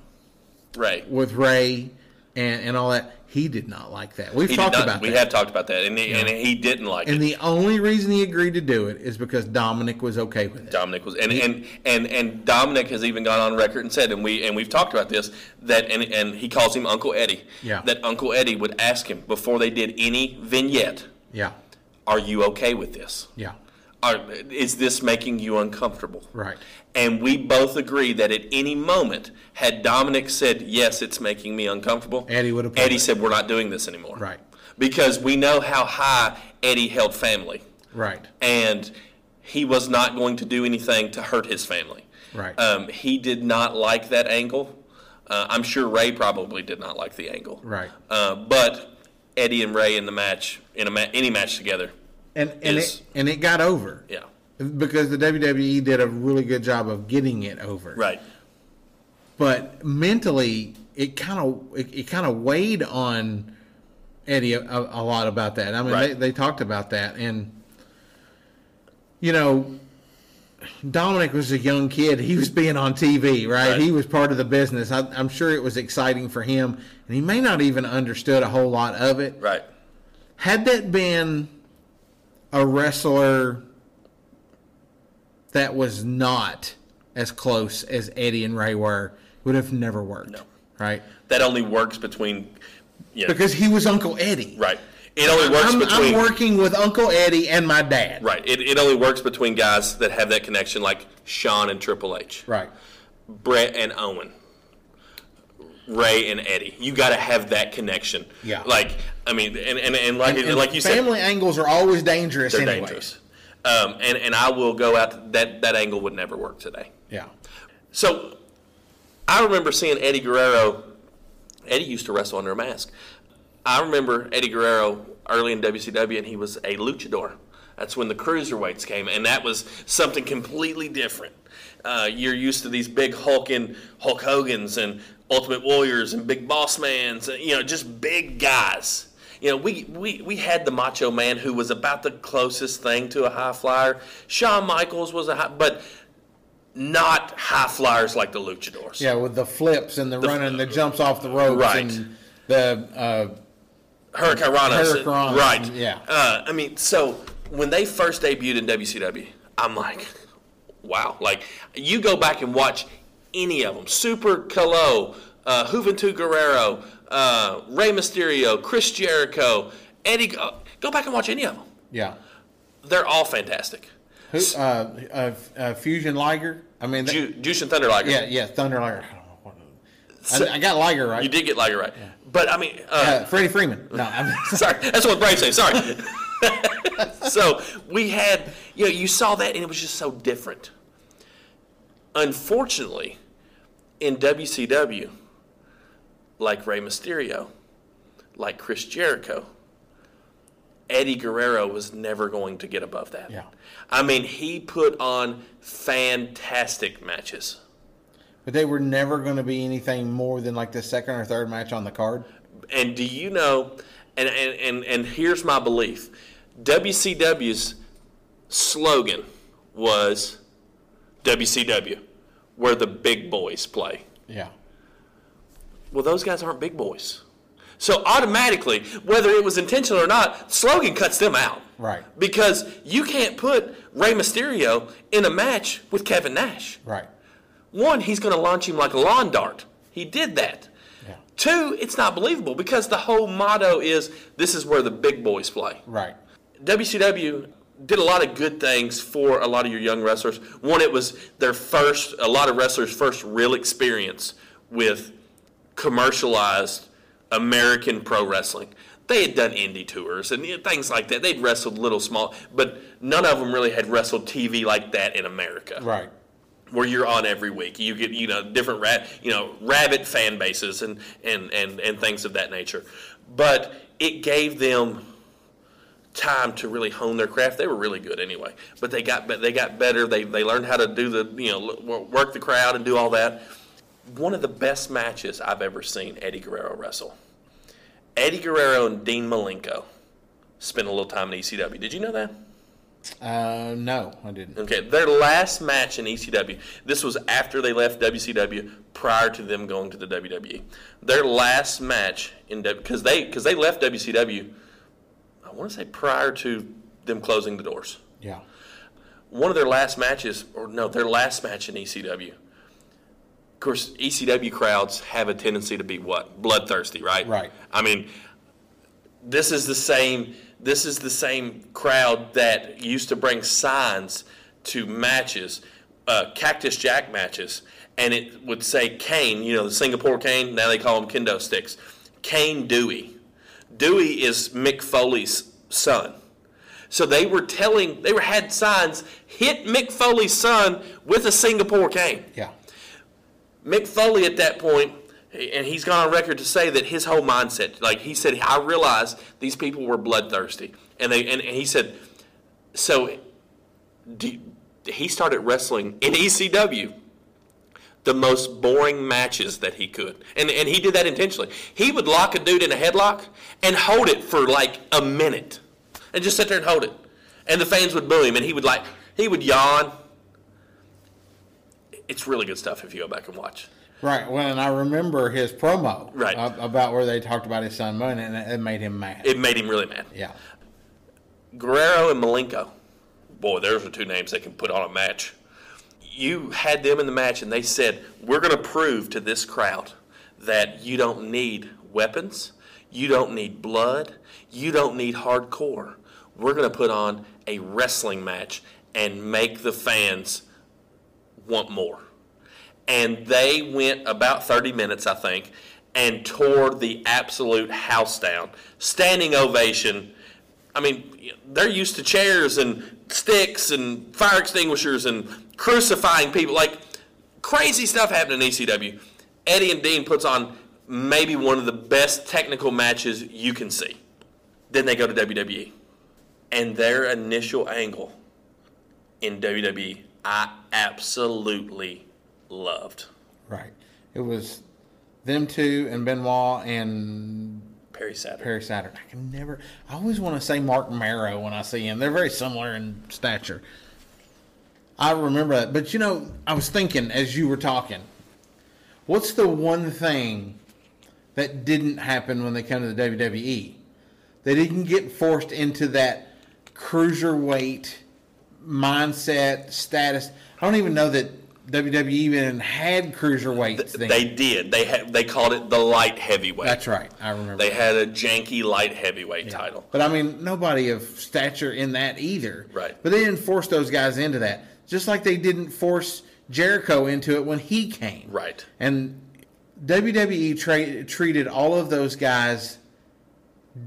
Speaker 3: Right.
Speaker 2: with Ray and and all that, he did not like that. We've
Speaker 3: He did
Speaker 2: talked
Speaker 3: not,
Speaker 2: about
Speaker 3: we
Speaker 2: that.
Speaker 3: have talked about that, and he, and he didn't like it.
Speaker 2: and the only reason he agreed to do it is because Dominic was okay with it.
Speaker 3: Dominic was, and, and and and Dominic has even gone on record and said, and we and we've talked about this that, and and he calls him Uncle Eddie.
Speaker 2: Yeah.
Speaker 3: That Uncle Eddie would ask him before they did any vignette,
Speaker 2: Yeah.
Speaker 3: "Are you okay with this?
Speaker 2: Yeah.
Speaker 3: Are, is this making you uncomfortable?"
Speaker 2: Right.
Speaker 3: And we both agree that at any moment, had Dominic said, "Yes, it's making me uncomfortable,"
Speaker 2: Eddie would have-
Speaker 3: Eddie said, "We're not doing this anymore."
Speaker 2: Right.
Speaker 3: Because we know how high Eddie held family
Speaker 2: Right.
Speaker 3: and he was not going to do anything to hurt his family.
Speaker 2: Right.
Speaker 3: Um, he did not like that angle. Uh, I'm sure Ray probably did not like the angle.
Speaker 2: Right.
Speaker 3: Uh, but Eddie and Ray in the match, in a ma- any match together,
Speaker 2: And and
Speaker 3: is-
Speaker 2: it and it got over.
Speaker 3: yeah,
Speaker 2: Because the WWE did a really good job of getting it over.
Speaker 3: right,
Speaker 2: But mentally it kind of it, it kind of weighed on Eddie a, a lot about that. I mean they,
Speaker 3: Right.
Speaker 2: they talked about that and you know Dominic was a young kid. He was being on TV, right?
Speaker 3: Right.
Speaker 2: He was part of the business. I, I'm sure it was exciting for him, and he may not even understood a whole lot of it.
Speaker 3: right,
Speaker 2: had that been a wrestler that was not as close as Eddie and Ray were, it would have never worked.
Speaker 3: No.
Speaker 2: Right?
Speaker 3: that only works between, you know,
Speaker 2: Because he was Uncle Eddie.
Speaker 3: right. It only works
Speaker 2: I'm,
Speaker 3: between
Speaker 2: I'm working with Uncle Eddie and my dad.
Speaker 3: right. It, it only works between guys that have that connection, like Sean and Triple H.
Speaker 2: Right.
Speaker 3: Brett and Owen, Ray and Eddie. You got to have that connection.
Speaker 2: Yeah.
Speaker 3: Like I mean, and and, and like
Speaker 2: And
Speaker 3: like you said,
Speaker 2: family angles are always dangerous
Speaker 3: they're
Speaker 2: anyway.
Speaker 3: dangerous. Um, and and I will go out that that angle would never work today.
Speaker 2: Yeah.
Speaker 3: So I remember seeing Eddie Guerrero. Eddie used to wrestle under a mask. I remember Eddie Guerrero early in WCW, and he was a luchador. That's when the cruiserweights came, and that was something completely different. Uh, you're used to these big hulking Hulk Hogan's and Ultimate Warriors and Big Boss Mans, and, you know, just big guys. You know, we, we, we had the Macho Man who was about the closest thing to a high flyer. Shawn Michaels was a high, but not high flyers like the luchadors.
Speaker 2: Yeah, with the flips and the, running, the jumps off the ropes
Speaker 3: Right.
Speaker 2: and the uh,
Speaker 3: Hurricane Rana.
Speaker 2: Hurricane,
Speaker 3: Right.
Speaker 2: yeah.
Speaker 3: Uh, I mean, so when they first debuted in WCW, I'm like, wow. Like, you go back and watch any of them Super Calo, uh, Juventud Guerrero, uh, Rey Mysterio, Chris Jericho, Eddie. Go, go back and watch any of them.
Speaker 2: yeah.
Speaker 3: They're all fantastic.
Speaker 2: Who uh, uh, uh, Fusion Liger? I mean, that-
Speaker 3: Ju- Juice and Thunder Liger.
Speaker 2: Yeah, yeah, Thunder Liger. I, don't know what it is. I, I got Liger right.
Speaker 3: You did get Liger right. But, I mean, uh,
Speaker 2: Uh, Freddie Freeman. No, I'm,
Speaker 3: sorry, that's what Brave said. Sorry. so we had, you know, you saw that, and it was just so different. Unfortunately, in WCW, like Rey Mysterio, like Chris Jericho, Eddie Guerrero was never going to get above that.
Speaker 2: Yeah.
Speaker 3: I mean, he put on fantastic matches.
Speaker 2: But they were never going to be anything more than like the second or third match on the card.
Speaker 3: And do you know, and, and, and, and here's my belief WCW's slogan was WCW, where the big boys play.
Speaker 2: Yeah.
Speaker 3: Well, those guys aren't big boys. So automatically, whether it was intentional or not, slogan cuts them out.
Speaker 2: Right.
Speaker 3: Because you can't put Rey Mysterio in a match with Kevin Nash.
Speaker 2: Right.
Speaker 3: One, he's going to launch him like a lawn dart. He did that.
Speaker 2: Yeah.
Speaker 3: Two, it's not believable because the whole motto is this is where the big boys play.
Speaker 2: Right.
Speaker 3: WCW did a lot of good things for a lot of your young wrestlers. One, it was their first, a lot of wrestlers' first real experience with commercialized American pro wrestling. They had done indie tours and you know, things like that. They'd wrestled little small, but none of them really had wrestled TV like that in America
Speaker 2: Right.
Speaker 3: where you're on every week. You get you know different rat you know rabbit fan bases and and and and things of that nature. But it gave them time to really hone their craft. They were really good anyway, but they got be- they got better. They they learned how to do the you know l- work the crowd and do all that. One of the best matches I've ever seen Eddie Guerrero wrestle. Eddie Guerrero and Dean Malenko spent a little time in ECW. Did you know that?
Speaker 2: Uh, no, I didn't.
Speaker 3: Okay, their last match in ECW. This was after they left WCW, prior to them going to the WWE. Their last match in because they because they left WCW. I want to say prior to them closing the doors.
Speaker 2: Yeah.
Speaker 3: One of their last matches, or no, their last match in ECW. Of course, ECW crowds have a tendency to be what bloodthirsty, right?
Speaker 2: Right.
Speaker 3: I mean, this is the same this is the same crowd that used to bring signs to matches uh, cactus jack matches and it would say cane you know the singapore cane now they call them kendo sticks cane dewey dewey is mick foley's son so they were telling they were had signs hit mick foley's son with a singapore cane
Speaker 2: Yeah.
Speaker 3: Mick Foley at that point, and he's gone on record to say that his whole mindset, like he said, I realized these people were bloodthirsty, and they, and, and he said, so do, he started wrestling in ECW the most boring matches that he could, and and he did that intentionally. He would lock a dude in a headlock and hold it for like a minute, and just sit there and hold it, and the fans would boo him, and he would like he would yawn. It's really good stuff if you go back and watch.
Speaker 2: Right. Well, and I remember his promo
Speaker 3: Right.
Speaker 2: ab- about where they talked about his son Moon, and it- it made him mad.
Speaker 3: It made him really mad.
Speaker 2: yeah.
Speaker 3: Guerrero and Malenko. Boy, those are two names that can put on a match. You had them in the match, and they said, We're going to prove to this crowd that you don't need weapons, you don't need blood, you don't need hardcore. We're going to put on a wrestling match and make the fans want more. And they went about 30 minutes, I think, and tore the absolute house down. Standing ovation. I mean, they're used to chairs and sticks and fire extinguishers and crucifying people. Like, crazy stuff happened in ECW. Eddie and Dean puts on maybe one of the best technical matches you can see. Then they go to WWE. And their initial angle in WWE I absolutely loved.
Speaker 2: Right. It was them two and Benoit and
Speaker 3: Perry Saturn.
Speaker 2: Perry Saturn. I can never. I always want to say Mark Marrow when I see him. They're very similar in stature. I remember that. But you know, I was thinking as you were talking, what's the one thing that didn't happen when they come to the WWE? They didn't get forced into that cruiserweight mindset status. I don't even know that WWE even had cruiserweights then.
Speaker 3: They did. They ha- they called it the light heavyweight.
Speaker 2: That's right. I remember.
Speaker 3: They had a janky light heavyweight title.
Speaker 2: But I mean, nobody of stature in that either.
Speaker 3: Right.
Speaker 2: But they didn't force those guys into that, just like they didn't force Jericho into it when he came.
Speaker 3: Right.
Speaker 2: And WWE tra- treated all of those guys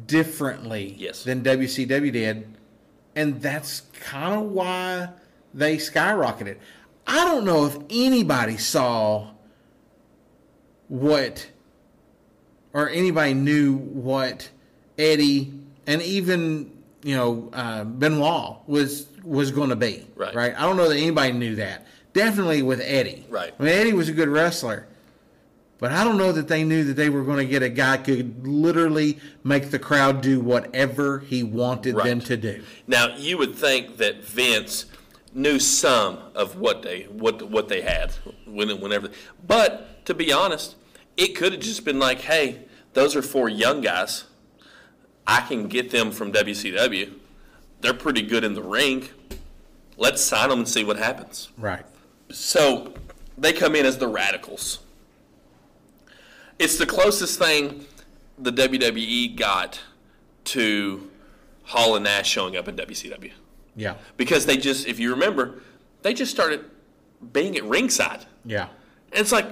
Speaker 2: differently
Speaker 3: Yes.
Speaker 2: than WCW did, and that's kind of why they skyrocketed. I don't know if anybody saw what or anybody knew what Eddie and even you know uh, Benoit was was going to be.
Speaker 3: Right.
Speaker 2: Right. I don't know that anybody knew that. Definitely with Eddie.
Speaker 3: Right.
Speaker 2: I mean, Eddie was a good wrestler, but I don't know that they knew that they were going to get a guy who could literally make the crowd do whatever he wanted them
Speaker 3: Right.
Speaker 2: to do.
Speaker 3: Now you would think that Vince knew some of what they what what they had when whenever, but to be honest, it could have just been like, hey, those are four young guys. I can get them from WCW. They're pretty good in the ring. Let's sign them and see what happens.
Speaker 2: Right.
Speaker 3: So they come in as the radicals. It's the closest thing the WWE got to Hall and Nash showing up in WCW.
Speaker 2: Yeah.
Speaker 3: Because they just, if you remember, they just started being at ringside.
Speaker 2: Yeah.
Speaker 3: And it's like,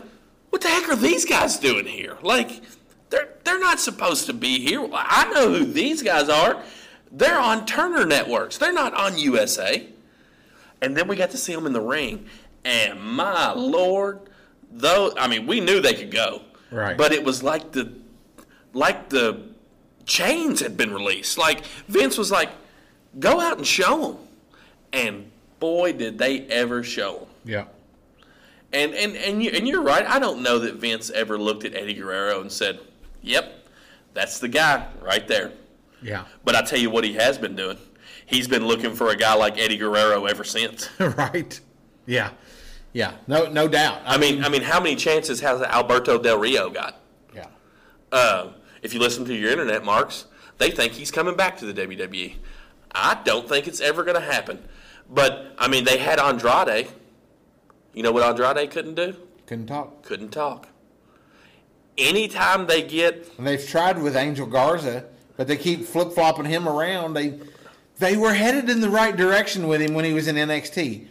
Speaker 3: what the heck are these guys doing here? Like, they're they're not supposed to be here. I know who these guys are. They're on Turner Networks. They're not on USA. And then we got to see them in the ring, and my lord, though I mean, we knew they could go,
Speaker 2: Right.
Speaker 3: But it was like the like the chains had been released. Like Vince was like, go out and show them, and boy, did they ever show them.
Speaker 2: Yeah.
Speaker 3: And and and you and you're right. I don't know that Vince ever looked at Eddie Guerrero and said, "Yep, that's the guy right there."
Speaker 2: Yeah.
Speaker 3: But I tell you what, he has been doing. He's been looking for a guy like Eddie Guerrero ever since.
Speaker 2: right. Yeah. Yeah. No. No doubt.
Speaker 3: I mean, I mean, how many chances has Alberto Del Rio got?
Speaker 2: yeah.
Speaker 3: Uh, if you listen to your internet marks, they think he's coming back to the WWE. I don't think it's ever going to happen. But I mean, they had Andrade. You know what Andrade couldn't do?
Speaker 2: Couldn't talk.
Speaker 3: Couldn't talk. Anytime they get
Speaker 2: And they've tried with Angel Garza, but they keep flip flopping him around. They they were headed in the right direction with him when he was in NXT.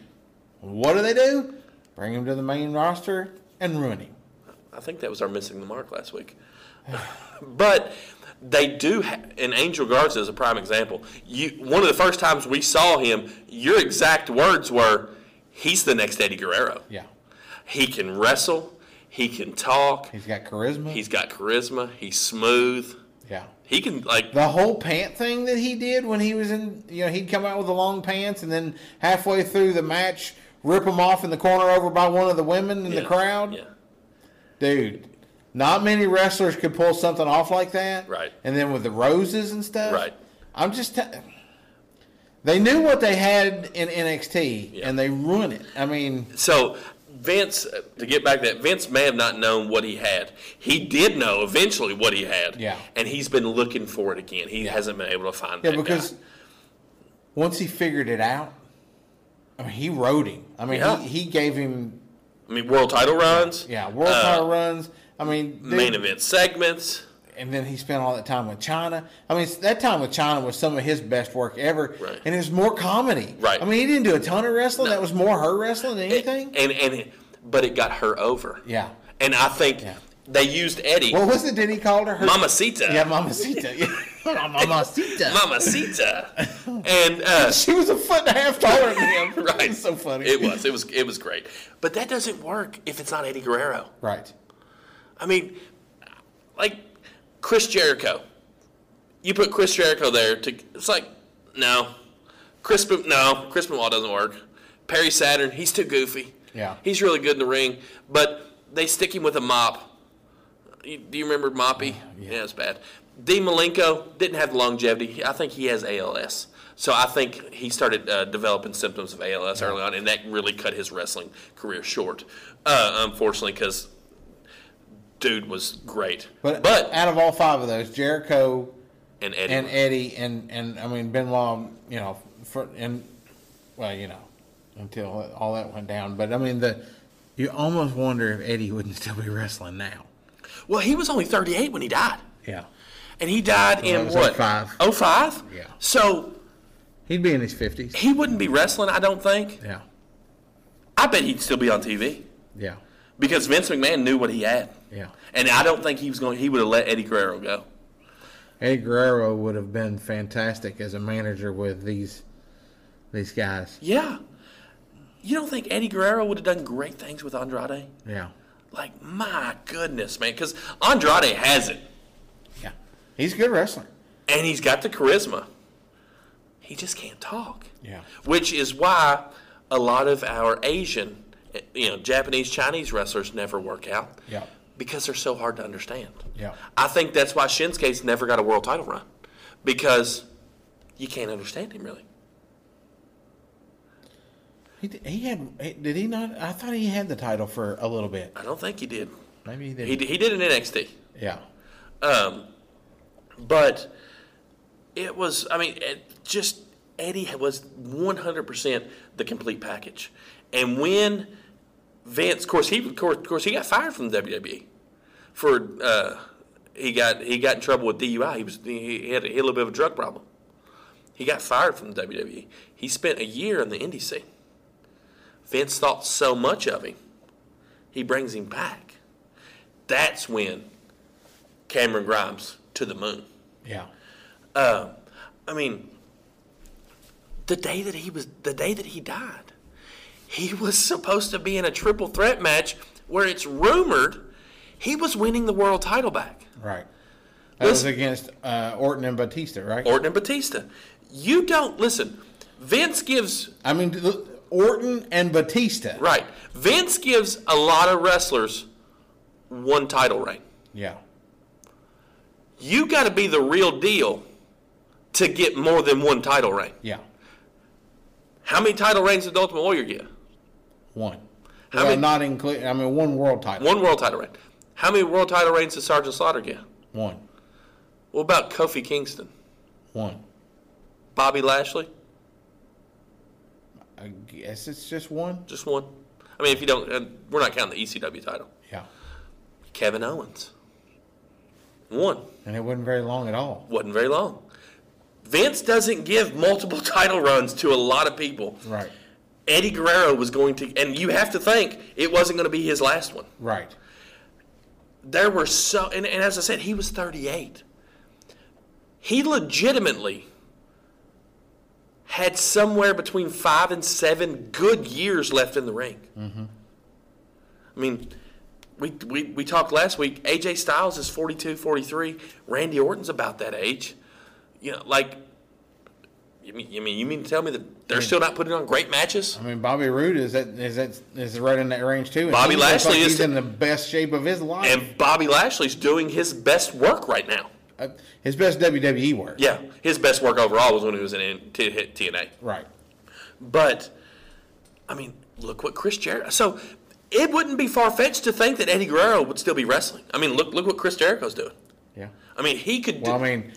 Speaker 2: What do they do? Bring him to the main roster and ruin him.
Speaker 3: I think that was our missing the mark last week. but they do, ha- and Angel Garza is a prime example. You, one of the first times we saw him, your exact words were, "He's the next Eddie Guerrero.
Speaker 2: Yeah.
Speaker 3: He can wrestle, he can talk,
Speaker 2: He's got charisma.
Speaker 3: he's got charisma, he's smooth,
Speaker 2: yeah.
Speaker 3: he can like."
Speaker 2: The whole pant thing that he did when he was in, you know, he'd come out with the long pants and then halfway through the match, rip him off in the corner over by one of the women in the
Speaker 3: yeah,
Speaker 2: crowd.
Speaker 3: Yeah,
Speaker 2: Dude, not many wrestlers could pull something off like that.
Speaker 3: Right.
Speaker 2: And then with the roses and stuff.
Speaker 3: Right.
Speaker 2: I'm just. T- they knew what they had in NXT
Speaker 3: Yeah.
Speaker 2: and they ruined it. I mean,
Speaker 3: So Vince, uh, to get back to that, Vince may have not known what he had. He did know eventually what he had.
Speaker 2: Yeah.
Speaker 3: And he's been looking for it again. He hasn't been able to find
Speaker 2: yeah,
Speaker 3: that
Speaker 2: because
Speaker 3: guy.
Speaker 2: once he figured it out, I mean, he rode him. I mean,
Speaker 3: Yeah.
Speaker 2: he, he gave him,
Speaker 3: I mean, world title runs.
Speaker 2: yeah, world
Speaker 3: uh,
Speaker 2: power runs. I mean, dude,
Speaker 3: Main event segments.
Speaker 2: and then he spent all that time with China. I mean, that time with China was some of his best work ever,
Speaker 3: Right.
Speaker 2: and it was more comedy.
Speaker 3: Right.
Speaker 2: I mean, he didn't do a ton of wrestling. That was more her wrestling than anything.
Speaker 3: And and but it got her over.
Speaker 2: yeah.
Speaker 3: And I think
Speaker 2: Yeah.
Speaker 3: they used Eddie,
Speaker 2: What was it that he called her? her
Speaker 3: Mamacita.
Speaker 2: Yeah, Mamacita. Yeah. Mamacita.
Speaker 3: Mamacita. and uh,
Speaker 2: she was a foot and a half taller than him.
Speaker 3: right,
Speaker 2: It was so funny.
Speaker 3: It was. It was. It was great. But that doesn't work if it's not Eddie Guerrero.
Speaker 2: Right.
Speaker 3: I mean, like Chris Jericho. You put Chris Jericho there to. It's like no, Chris. Bo- No, Chris Benoit doesn't work. Perry Saturn. He's too goofy.
Speaker 2: Yeah.
Speaker 3: He's really good in the ring, but they stick him with a mop. You- Do you remember Moppy?
Speaker 2: Uh,
Speaker 3: yeah. it's bad. D. Malenko didn't have longevity. He- I think he has ALS. So I think he started uh, developing symptoms of ALS early on, and that really cut his wrestling career short, uh, unfortunately, because dude was great.
Speaker 2: But,
Speaker 3: But,
Speaker 2: out of all five of those, Jericho
Speaker 3: and Eddie,
Speaker 2: and Eddie and, and I mean Benoit, you know, for, and well, you know, until all that went down. But I mean, the you almost wonder if Eddie wouldn't still be wrestling now.
Speaker 3: well, he was only 38 when he died,
Speaker 2: Yeah,
Speaker 3: and he died
Speaker 2: Well, that
Speaker 3: in
Speaker 2: was
Speaker 3: what?
Speaker 2: 05.
Speaker 3: 05?
Speaker 2: Yeah.
Speaker 3: So
Speaker 2: he'd be in his fifties.
Speaker 3: he wouldn't be wrestling, I don't think.
Speaker 2: Yeah,
Speaker 3: I bet he'd still be on TV
Speaker 2: yeah,
Speaker 3: because Vince McMahon knew what he had.
Speaker 2: yeah.
Speaker 3: And I don't think he was going. He would have let Eddie Guerrero go.
Speaker 2: Eddie Guerrero would have been fantastic as a manager with these these guys.
Speaker 3: Yeah. You don't think Eddie Guerrero would have done great things with Andrade?
Speaker 2: Yeah,
Speaker 3: Like my goodness, man, because Andrade has it,
Speaker 2: Yeah. He's a good wrestler.
Speaker 3: and he's got the charisma. He just can't talk.
Speaker 2: Yeah.
Speaker 3: Which is why a lot of our Asian, you know, Japanese, Chinese wrestlers never work out.
Speaker 2: Yeah.
Speaker 3: Because they're so hard to understand.
Speaker 2: Yeah.
Speaker 3: I think that's why Shinsuke's never got a world title run because you can't understand him really.
Speaker 2: He, d- he had he- did he not? I thought he had the title for a little bit.
Speaker 3: I don't think he did.
Speaker 2: Maybe he did.
Speaker 3: He, d- he did in NXT.
Speaker 2: yeah.
Speaker 3: Um, but it was, I mean, it just Eddie was 100% the complete package. And when Vince, of course, he of course, of course he got fired from WWE E for uh, he got he got in trouble with DUI. He was he he had a, he had a little bit of a drug problem. He got fired from WWE. E. He spent a year in the indie scene. Vince thought so much of him, he brings him back. That's when Cameron Grimes to the moon.
Speaker 2: Yeah.
Speaker 3: Um, I mean, the day that he was, the day that he died, he was supposed to be in a triple threat match where it's rumored he was winning the world title back.
Speaker 2: Right. That was
Speaker 3: Listen-
Speaker 2: against uh, Orton and Batista, right?
Speaker 3: Orton and Batista. You don't listen. Vince gives
Speaker 2: I mean, th- Orton and Batista.
Speaker 3: right. Vince gives a lot of wrestlers one title reign.
Speaker 2: Yeah.
Speaker 3: You got to be the real deal to get more than one title reign.
Speaker 2: Yeah.
Speaker 3: How many title reigns did the Ultimate Warrior get?
Speaker 2: One.
Speaker 3: How
Speaker 2: well,
Speaker 3: many-
Speaker 2: not include. I mean, one world title.
Speaker 3: One world title reign. How many world title reigns did Sergeant Slaughter get?
Speaker 2: One.
Speaker 3: What about Kofi Kingston?
Speaker 2: One.
Speaker 3: Bobby Lashley?
Speaker 2: I guess it's just one.
Speaker 3: Just one. I mean, if you don't, and we're not counting the ECW title.
Speaker 2: Yeah.
Speaker 3: Kevin Owens. One.
Speaker 2: And it wasn't very long at all.
Speaker 3: Wasn't very long. Vince doesn't give multiple title runs to a lot of people.
Speaker 2: Right.
Speaker 3: Eddie Guerrero was going to, and you have to think it wasn't going to be his last one.
Speaker 2: Right.
Speaker 3: there were so and, and as i said he was 38 he legitimately had somewhere between five and seven good years left in the ring i mean we, we, we talked last week aj styles is 42 43 randy orton's about that age you know like you mean you mean, you mean to tell me that they're still not putting on great matches
Speaker 2: I mean, Bobby Roode is that is that is right in that range too. And
Speaker 3: Bobby
Speaker 2: he looks
Speaker 3: Lashley
Speaker 2: like
Speaker 3: is
Speaker 2: he's
Speaker 3: the-
Speaker 2: in the best shape of his life.
Speaker 3: and bobby lashley's doing his best work right now
Speaker 2: Uh, his best WWE work.
Speaker 3: Yeah, his best work overall was when he was in N- T- hit TNA.
Speaker 2: Right.
Speaker 3: But I mean, look what Chris Jericho. So it wouldn't be far fetched to think that Eddie Guerrero would still be wrestling. I mean, look look what Chris Jericho's doing.
Speaker 2: Yeah.
Speaker 3: I mean, he could.
Speaker 2: Well, I
Speaker 3: do,
Speaker 2: mean,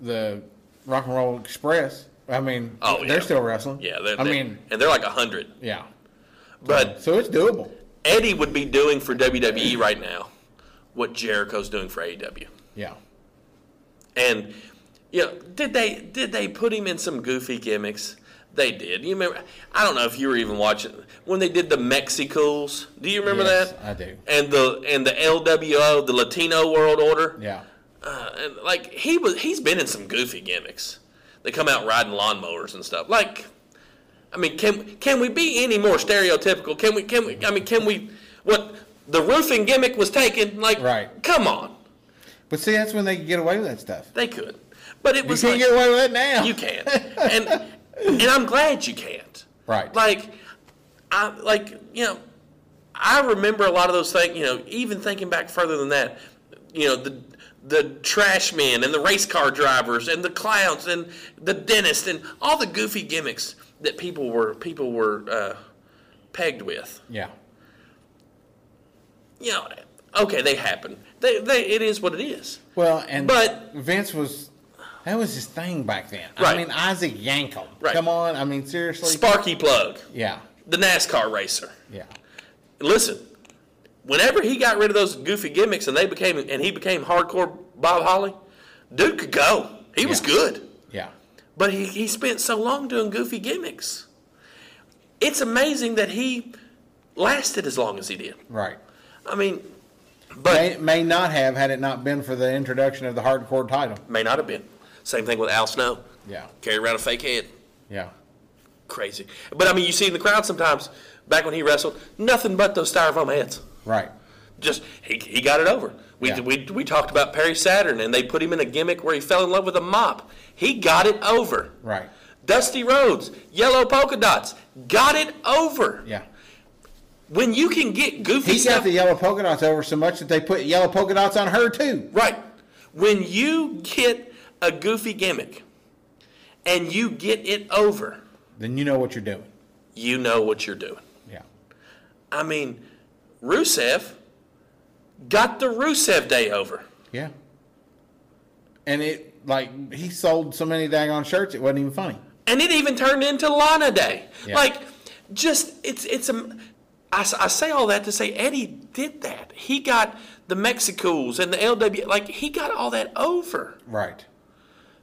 Speaker 2: the Rock and Roll Express. I mean,
Speaker 3: Oh,
Speaker 2: they're
Speaker 3: yeah.
Speaker 2: still wrestling.
Speaker 3: yeah, they're,
Speaker 2: I
Speaker 3: they're-
Speaker 2: mean,
Speaker 3: and they're like hundred.
Speaker 2: yeah.
Speaker 3: But
Speaker 2: So it's doable.
Speaker 3: Eddie would be doing for WWE right now what Jericho's doing for AEW.
Speaker 2: Yeah.
Speaker 3: And you know, did they did they put him in some goofy gimmicks? They did. You remember? I don't know if you were even watching when they did the Mexicools. Do you remember
Speaker 2: Yes,
Speaker 3: that?
Speaker 2: I do.
Speaker 3: And the and the LWO, the Latino World Order.
Speaker 2: Yeah.
Speaker 3: Uh, and like he was, he's been in some goofy gimmicks. They come out riding lawnmowers and stuff. Like, I mean, can can we be any more stereotypical? Can we? Can we? I mean, can we? What the roofing gimmick was taken? Like,
Speaker 2: Right.
Speaker 3: Come on,
Speaker 2: But see, that's when they can get away with that stuff.
Speaker 3: they could. But it
Speaker 2: You
Speaker 3: was
Speaker 2: can't
Speaker 3: like,
Speaker 2: get away with that now.
Speaker 3: you can't. And and I'm glad you can't.
Speaker 2: Right.
Speaker 3: Like I like you know I remember a lot of those things, you know, even thinking back further than that, you know, the the trash men and the race car drivers and the clowns and the dentist and all the goofy gimmicks that people were people were uh, pegged with.
Speaker 2: Yeah.
Speaker 3: You know, okay, they happen. They, they it is what it is.
Speaker 2: Well, and
Speaker 3: But-
Speaker 2: Vince was that was his thing back then. I
Speaker 3: Right.
Speaker 2: mean, Isaac Yankum.
Speaker 3: Right.
Speaker 2: Come on. I mean, seriously.
Speaker 3: Sparky Plug,
Speaker 2: yeah.
Speaker 3: the NASCAR racer.
Speaker 2: Yeah.
Speaker 3: Listen, whenever he got rid of those goofy gimmicks and they became and he became hardcore Bob Holly, dude could go. He was
Speaker 2: Yeah.
Speaker 3: good.
Speaker 2: Yeah.
Speaker 3: But he, he spent so long doing goofy gimmicks. It's amazing that he lasted as long as he did.
Speaker 2: Right.
Speaker 3: I mean, but
Speaker 2: May, may not have had it not been for the introduction of the hardcore title.
Speaker 3: may not have been. Same thing with Al Snow.
Speaker 2: Yeah.
Speaker 3: Carry around a fake head.
Speaker 2: Yeah.
Speaker 3: crazy. But I mean, you see in the crowd sometimes. Back when he wrestled, nothing but those styrofoam hands.
Speaker 2: Right.
Speaker 3: Just he, he got it over. We,
Speaker 2: Yeah.
Speaker 3: we we talked about Perry Saturn, and they put him in a gimmick where he fell in love with a mop. He got it over.
Speaker 2: Right.
Speaker 3: Dusty Rhodes, yellow polka dots, got it over.
Speaker 2: Yeah.
Speaker 3: When you can get goofy
Speaker 2: He
Speaker 3: stuff
Speaker 2: got the yellow polka dots over so much that they put yellow polka dots on her too.
Speaker 3: Right. When you get a goofy gimmick and you get it over,
Speaker 2: Then you know what you're doing.
Speaker 3: you know what you're doing.
Speaker 2: Yeah.
Speaker 3: I mean, Rusev got the Rusev Day over.
Speaker 2: Yeah. And it like he sold so many daggone shirts it wasn't even funny.
Speaker 3: and it even turned into Lana Day.
Speaker 2: Yeah.
Speaker 3: Like, just it's it's a. I, s- I say all that to say Eddie did that. He got the Mexicools and the LW. Like he got all that over
Speaker 2: Right.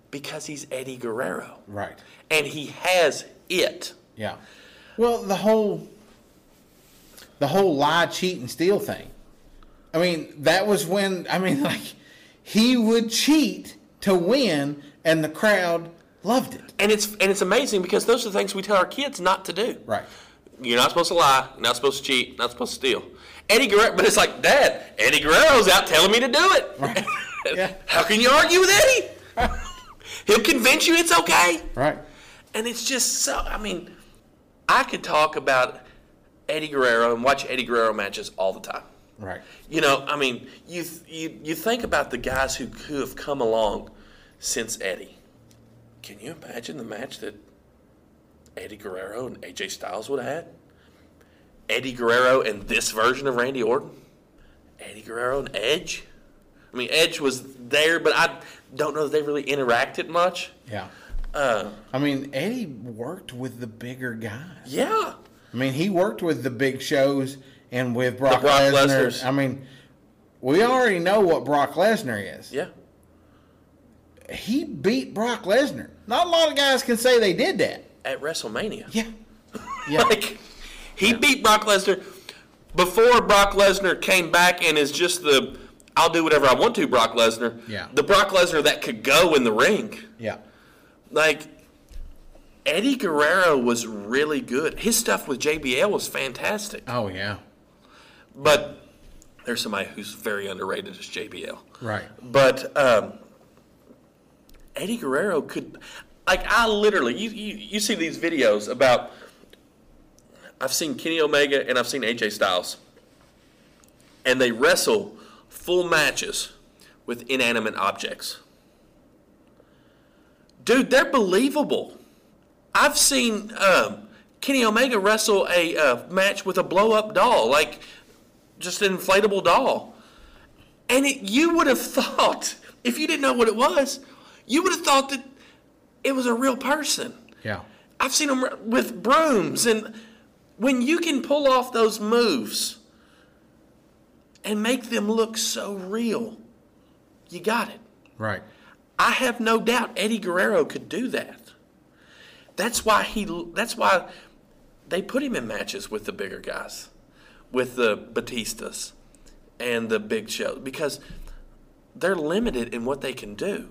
Speaker 3: because he's Eddie Guerrero
Speaker 2: Right.
Speaker 3: and he has it.
Speaker 2: Yeah. Well, the whole the whole lie, cheat, and steal thing. I mean, that was when I mean, like he would cheat to win, and the crowd loved it.
Speaker 3: And it's and it's amazing because those are the things we tell our kids not to do.
Speaker 2: Right.
Speaker 3: You're not supposed to lie. You're not supposed to cheat. You're not supposed to steal. Eddie Guerrero, but it's like, Dad, Eddie Guerrero's out telling me to do it.
Speaker 2: Right. Yeah.
Speaker 3: How can you argue with Eddie? He'll convince you it's okay.
Speaker 2: Right.
Speaker 3: And it's just so. I mean, I could talk about Eddie Guerrero and watch Eddie Guerrero matches all the time.
Speaker 2: Right.
Speaker 3: You know, I mean, you you you think about the guys who who have come along since Eddie. Can you imagine the match that Eddie Guerrero and AJ Styles would have had? Eddie Guerrero and this version of Randy Orton. Eddie Guerrero and Edge. I mean, Edge was there, but I don't know that they really interacted much.
Speaker 2: Yeah.
Speaker 3: Uh,
Speaker 2: I mean, Eddie worked with the bigger guys.
Speaker 3: yeah.
Speaker 2: I mean, he worked with the big shows and with Brock,
Speaker 3: Brock
Speaker 2: Lesnar.
Speaker 3: Lesnar's.
Speaker 2: I mean, we already know what Brock Lesnar is.
Speaker 3: Yeah.
Speaker 2: He beat Brock Lesnar. Not a lot of guys can say they did that.
Speaker 3: At WrestleMania.
Speaker 2: Yeah. Yeah.
Speaker 3: Like, he beat Brock Lesnar before Brock Lesnar came back and is just the I'll do whatever I want to Brock Lesnar.
Speaker 2: Yeah.
Speaker 3: The Brock Lesnar that could go in the ring.
Speaker 2: yeah.
Speaker 3: Like Eddie Guerrero was really good. His stuff with JBL was fantastic.
Speaker 2: Oh yeah.
Speaker 3: But there's somebody who's very underrated as JBL.
Speaker 2: Right.
Speaker 3: But um, Eddie Guerrero could, like, I literally, you, you, you see these videos about, I've seen Kenny Omega and I've seen AJ Styles, and they wrestle full matches with inanimate objects. Dude, they're believable. I've seen um, Kenny Omega wrestle a uh, match with a blow up doll, like just an inflatable doll. And it, you would have thought, if you didn't know what it was, you would have thought that it was a real person.
Speaker 2: Yeah.
Speaker 3: I've seen them with brooms, and when you can pull off those moves and make them look so real, you got it.
Speaker 2: Right.
Speaker 3: I have no doubt Eddie Guerrero could do that. That's why he. That's why they put him in matches with the bigger guys, with the Batistas and the Big Show, because they're limited in what they can do.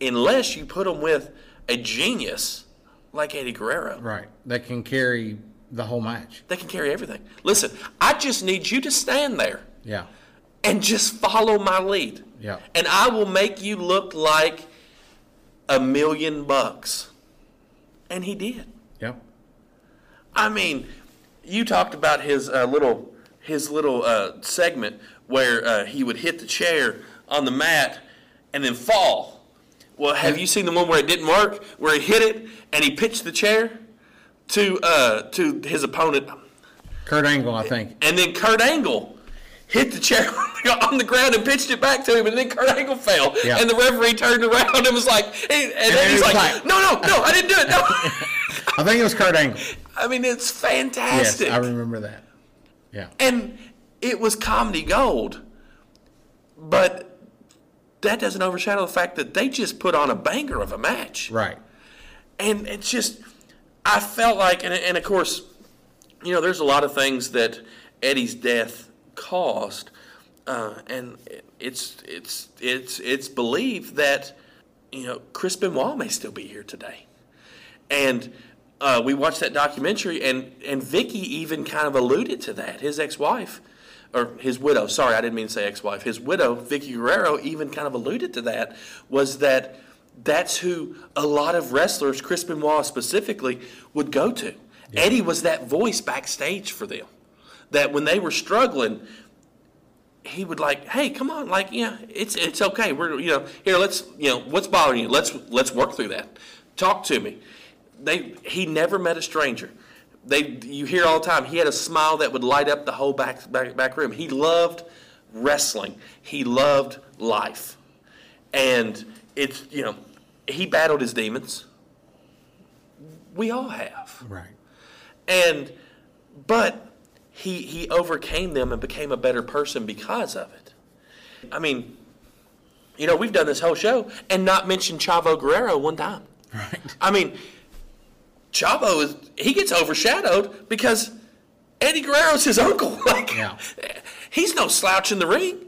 Speaker 3: Unless you put them with a genius like Eddie Guerrero,
Speaker 2: Right. That can carry the whole match.
Speaker 3: they can carry everything. Listen, I just need you to stand there
Speaker 2: Yeah.
Speaker 3: and just follow my lead.
Speaker 2: Yeah.
Speaker 3: And I will make you look like a million bucks. And he did.
Speaker 2: Yep.
Speaker 3: I mean, you talked about his uh, little his little uh, segment where uh, he would hit the chair on the mat and then fall. Well, have you seen the one where it didn't work? Where he hit it and he pitched the chair to uh, to his opponent,
Speaker 2: Kurt Angle, I think.
Speaker 3: and then Kurt Angle hit the chair on the ground and pitched it back to him, and then Kurt Angle fell.
Speaker 2: Yeah.
Speaker 3: And the referee turned around and was like, and, and then
Speaker 2: then
Speaker 3: he's
Speaker 2: he was
Speaker 3: like,
Speaker 2: like-
Speaker 3: no, no, no, I didn't do it. No.
Speaker 2: I think it was Kurt Angle.
Speaker 3: I mean,
Speaker 2: Yes,
Speaker 3: it's fantastic.
Speaker 2: I remember that. Yeah.
Speaker 3: and it was comedy gold. But that doesn't overshadow the fact that they just put on a banger of a match.
Speaker 2: Right.
Speaker 3: and it's just I felt like, and, and of course, you know, there's a lot of things that Eddie's death caused, uh, and it's it's it's it's believed that you know Chris Benoit may still be here today, and uh, we watched that documentary, and and Vicky even kind of alluded to that. His ex-wife, or his widow. Sorry, I didn't mean to say ex-wife. His widow, Vicky Guerrero, even kind of alluded to that. Was that that's who a lot of wrestlers, Chris Benoit specifically, would go to. Eddie was that voice backstage for them. That when they were struggling, he would like, hey, come on, like, yeah, it's it's okay. We're you know here, let's you know what's bothering you. Let's let's work through that. Talk to me. They he never met a stranger. They you hear all the time. He had a smile that would light up the whole back back, back room. He loved wrestling. He loved life, and it's you know he battled his demons. We all have
Speaker 2: Right.
Speaker 3: and but he he overcame them and became a better person because of it. I mean, you know, we've done this whole show and not mentioned Chavo Guerrero one time.
Speaker 2: Right.
Speaker 3: I mean, Chavo is he gets overshadowed because Eddie Guerrero's his uncle. Like
Speaker 2: Yeah.
Speaker 3: he's no slouch in the ring.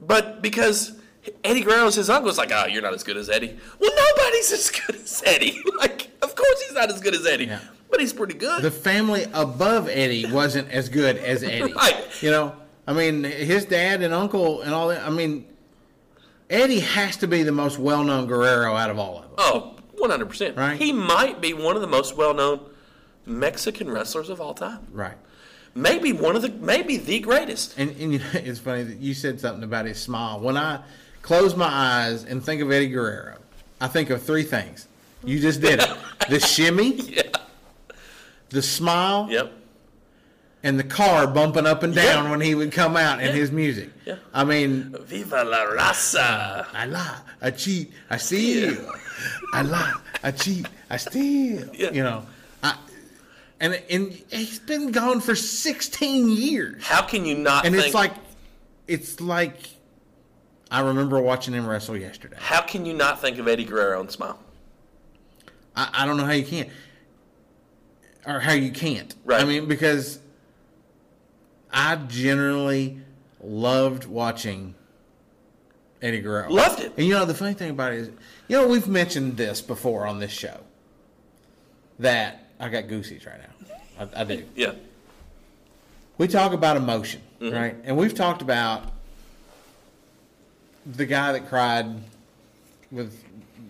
Speaker 3: But because Eddie Guerrero's his uncle, it's like, oh, you're not as good as Eddie. Well, nobody's as good as Eddie. Like, of course he's not as good as Eddie.
Speaker 2: Yeah.
Speaker 3: But he's pretty good.
Speaker 2: The family above Eddie wasn't as good as Eddie.
Speaker 3: Right.
Speaker 2: You know, I mean, his dad and uncle and all that. I mean, Eddie has to be the most well-known Guerrero out of all of them.
Speaker 3: Oh, 100%.
Speaker 2: Right.
Speaker 3: He might be one of the most well-known Mexican wrestlers of all time.
Speaker 2: Right.
Speaker 3: Maybe one of the maybe the greatest.
Speaker 2: And, and you know, it's funny that you said something about his smile. When I close my eyes and think of Eddie Guerrero, I think of three things. You just did it: the shimmy, the smile,
Speaker 3: Yep.
Speaker 2: and the car bumping up and down
Speaker 3: Yeah.
Speaker 2: when he would come out and
Speaker 3: Yeah.
Speaker 2: his music.
Speaker 3: Yeah.
Speaker 2: I mean,
Speaker 3: Viva la raza.
Speaker 2: I lie, I cheat, I steal.
Speaker 3: Yeah.
Speaker 2: I lie, I cheat, I steal.
Speaker 3: Yeah.
Speaker 2: You know, I, and and he's been gone for 16 years.
Speaker 3: How can you not
Speaker 2: and
Speaker 3: think
Speaker 2: it's like it's like I remember watching him wrestle yesterday.
Speaker 3: how can you not think of Eddie Guerrero and smile?
Speaker 2: I, I don't know how you can or how you can't. I
Speaker 3: Right.
Speaker 2: mean because I generally loved watching Eddie Guerrero.
Speaker 3: Loved it.
Speaker 2: And you know the funny thing about it is you know we've mentioned this before on this show that I got goosies right now. I, I do.
Speaker 3: Yeah.
Speaker 2: we talk about emotion, right? And we've talked about the guy that cried with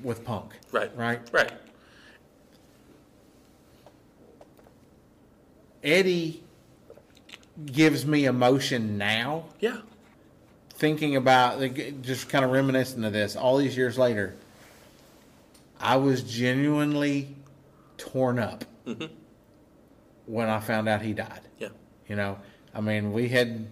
Speaker 2: with Punk,
Speaker 3: Right.
Speaker 2: Right.
Speaker 3: Right.
Speaker 2: Eddie gives me emotion now,
Speaker 3: Yeah.
Speaker 2: thinking about like, just kind of reminiscing of this all these years later. I was genuinely torn up
Speaker 3: Mm-hmm.
Speaker 2: when I found out he died.
Speaker 3: Yeah.
Speaker 2: You know, I mean, we had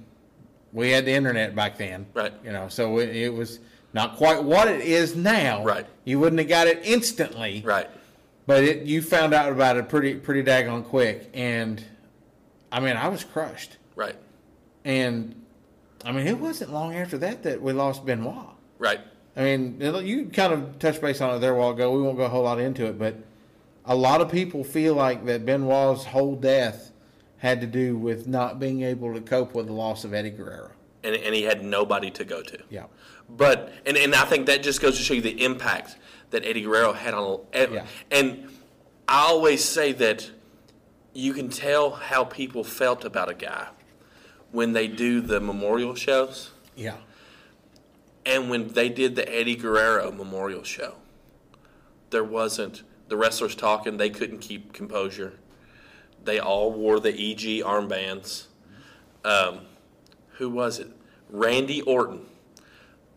Speaker 2: we had the internet back then,
Speaker 3: Right.
Speaker 2: You know, so it, it was not quite what it is now,
Speaker 3: Right.
Speaker 2: You wouldn't have got it instantly,
Speaker 3: Right.
Speaker 2: But it, you found out about it pretty pretty daggone quick, and I mean, I was crushed,
Speaker 3: Right.
Speaker 2: and I mean, it wasn't long after that that we lost Benoit.
Speaker 3: Right.
Speaker 2: I mean, it'll- you kind of touched base on it there a while ago. We won't go a whole lot into it, but a lot of people feel like that Benoit's whole death had to do with not being able to cope with the loss of Eddie Guerrero.
Speaker 3: And and he had nobody to go to.
Speaker 2: Yeah.
Speaker 3: But and, and I think that just goes to show you the impact that Eddie Guerrero had on. And,
Speaker 2: Yeah.
Speaker 3: and I always say that you can tell how people felt about a guy when they do the memorial shows
Speaker 2: Yeah.
Speaker 3: and when they did the Eddie Guerrero memorial show. There wasn't the wrestlers talking; they couldn't keep composure. They all wore the EG armbands. Um, who was it? Randy Orton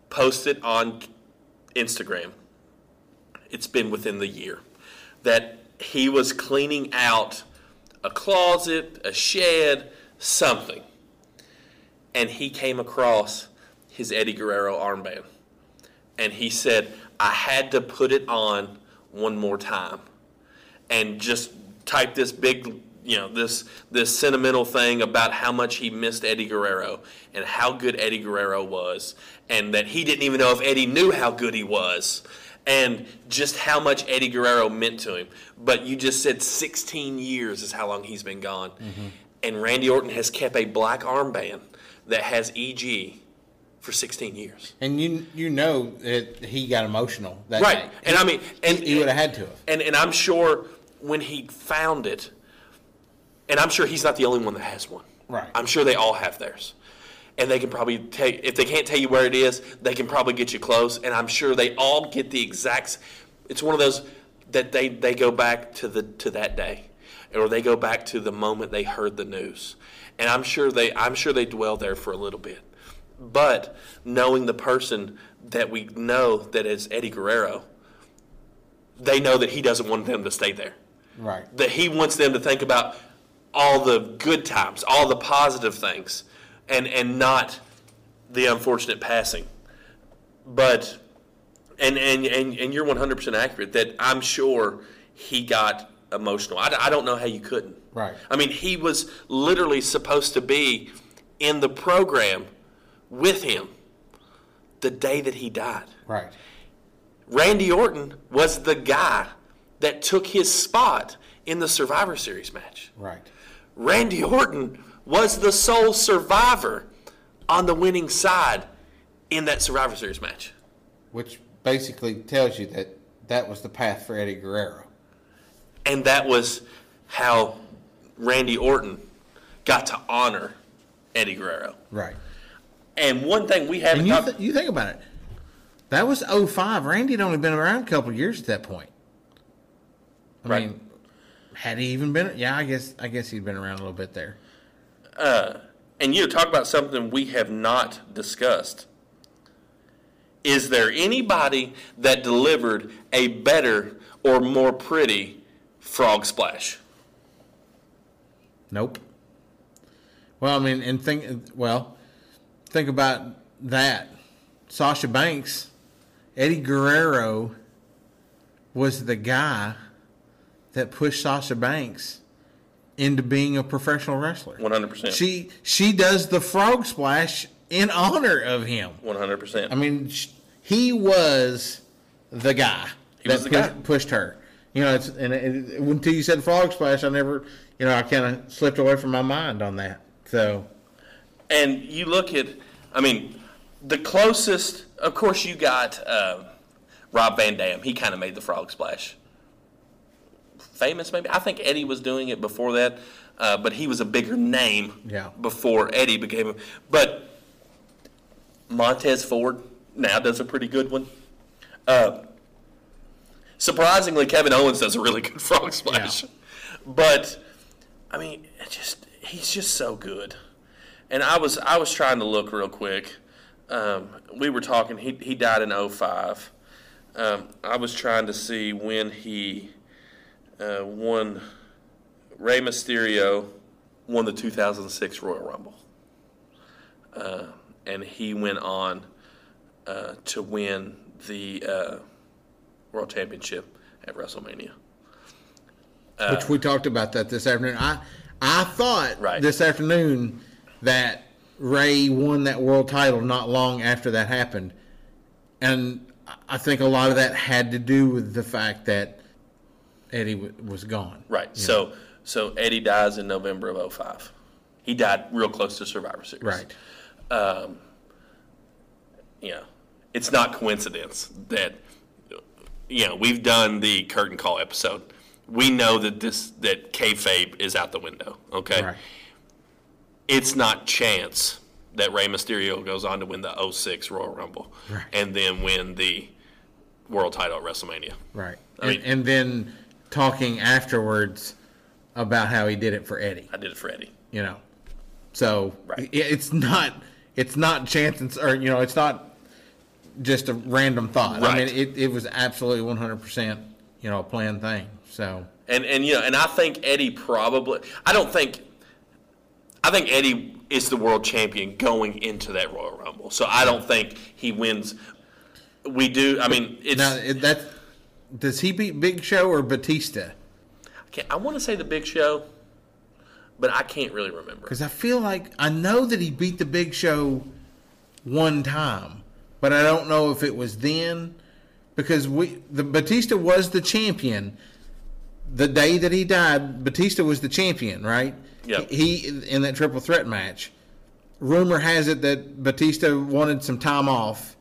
Speaker 3: posted on Instagram. It's been within the year that he was cleaning out a closet, a shed, something. And he came across his Eddie Guerrero armband. And he said, I had to put it on one more time. And just type this big, you know, this this sentimental thing about how much he missed Eddie Guerrero and how good Eddie Guerrero was, and that he didn't even know if Eddie knew how good he was, and just how much Eddie Guerrero meant to him. But you just said 16 years is how long he's been gone, and Randy Orton has kept a black armband that has EG for 16 years.
Speaker 2: And you you know that he got emotional that
Speaker 3: Right,
Speaker 2: night.
Speaker 3: and I mean, and
Speaker 2: He would have had to have.
Speaker 3: and and I'm sure when he found it, and I'm sure he's not the only one that has one.
Speaker 2: Right.
Speaker 3: I'm sure they all have theirs. And they can probably tell you, if they can't tell you where it is, they can probably get you close. And I'm sure they all get the exact. s- It's one of those that they, they go back to the to that day, or they go back to the moment they heard the news. And I'm sure they I'm sure they dwell there for a little bit. But knowing the person that we know that is Eddie Guerrero, they know that he doesn't want them to stay there
Speaker 2: Right.
Speaker 3: that he wants them to think about all the good times, all the positive things, and and not the unfortunate passing. But and and and, and you're 100% accurate that I'm sure he got emotional. I, d- I don't know how you couldn't.
Speaker 2: Right.
Speaker 3: I mean, he was literally supposed to be in the program with him the day that he died.
Speaker 2: Right.
Speaker 3: Randy Orton was the guy that took his spot in the Survivor Series match.
Speaker 2: Right.
Speaker 3: Randy Orton was the sole survivor on the winning side in that Survivor Series match.
Speaker 2: Which basically tells you that that was the path for Eddie Guerrero.
Speaker 3: And that was how Randy Orton got to honor Eddie Guerrero.
Speaker 2: Right.
Speaker 3: And one thing we haven't
Speaker 2: And you,
Speaker 3: talked
Speaker 2: th- you think about it. That was 05. Randy had only been around a couple of years at that point. I
Speaker 3: Right.
Speaker 2: mean, had he even been? Yeah, I guess I guess he'd been around a little bit there.
Speaker 3: and you talk about something we have not discussed. Is there anybody that delivered a better or more pretty frog splash?
Speaker 2: Nope. Well, I mean, and think well, think about that. Sasha Banks, Eddie Guerrero was the guy that pushed Sasha Banks into being a professional wrestler.
Speaker 3: 100%.
Speaker 2: She she does the frog splash in honor of him.
Speaker 3: 100%.
Speaker 2: I mean, sh- he was the guy
Speaker 3: He
Speaker 2: that
Speaker 3: was the
Speaker 2: pu-
Speaker 3: guy.
Speaker 2: pushed her. You know, it's and it, it- until you said frog splash, I never, you know, I kind of slipped away from my mind on that. So
Speaker 3: and you look at, I mean, the closest, of course, you got uh, Rob Van Dam. He kind of made the frog splash. Famous, maybe. I think Eddie was doing it before that, uh, but he was a bigger name
Speaker 2: Yeah.
Speaker 3: before Eddie became. a- But Montez Ford now does a pretty good one. Uh, surprisingly, Kevin Owens does a really good frog splash. But I mean, it just he's just so good. And I was I was trying to look real quick. Um, we were talking. He he died in 05. Um, I was trying to see when he uh, won. Rey Mysterio won the 2006 Royal Rumble, uh, and he went on uh, to win the uh, World Championship at WrestleMania.
Speaker 2: which we talked about that this afternoon. I I thought
Speaker 3: Right.
Speaker 2: this afternoon that Ray won that world title not long after that happened, and I- I think a lot of that had to do with the fact that Eddie w- was gone.
Speaker 3: Right. So so Eddie dies in November of 05. He died real close to Survivor Series.
Speaker 2: Right.
Speaker 3: You know, it's not coincidence that you know we've done the curtain call episode. We know that this that kayfabe is out the window. Okay.
Speaker 2: Right.
Speaker 3: It's not chance that Rey Mysterio goes on to win the 06 Royal Rumble
Speaker 2: Right.
Speaker 3: and then win the world title at WrestleMania.
Speaker 2: Right.
Speaker 3: I
Speaker 2: and,
Speaker 3: mean-
Speaker 2: and then talking afterwards about how he did it for Eddie,
Speaker 3: I did it for Eddie.
Speaker 2: you know. So
Speaker 3: Right.
Speaker 2: i- it's not it's not chance and, or you know, it's not just a random thought. I mean,
Speaker 3: Right.
Speaker 2: it, it was absolutely 100%, you know, a planned thing. So
Speaker 3: And and you know, and I think Eddie probably. I don't think. I think Eddie is the world champion going into that Royal Rumble. So I don't think he wins. We do. I mean, it's.
Speaker 2: now it- that's does he beat Big Show or Batista?
Speaker 3: I can't- I want to say the Big Show, but I can't really remember.
Speaker 2: Because I feel like I know that he beat the Big Show one time, but I don't know if it was then. Because we the Batista was the champion the day that he died. Batista was the champion, right?
Speaker 3: Yep.
Speaker 2: He in that triple threat match. Rumor has it that Batista wanted some time off.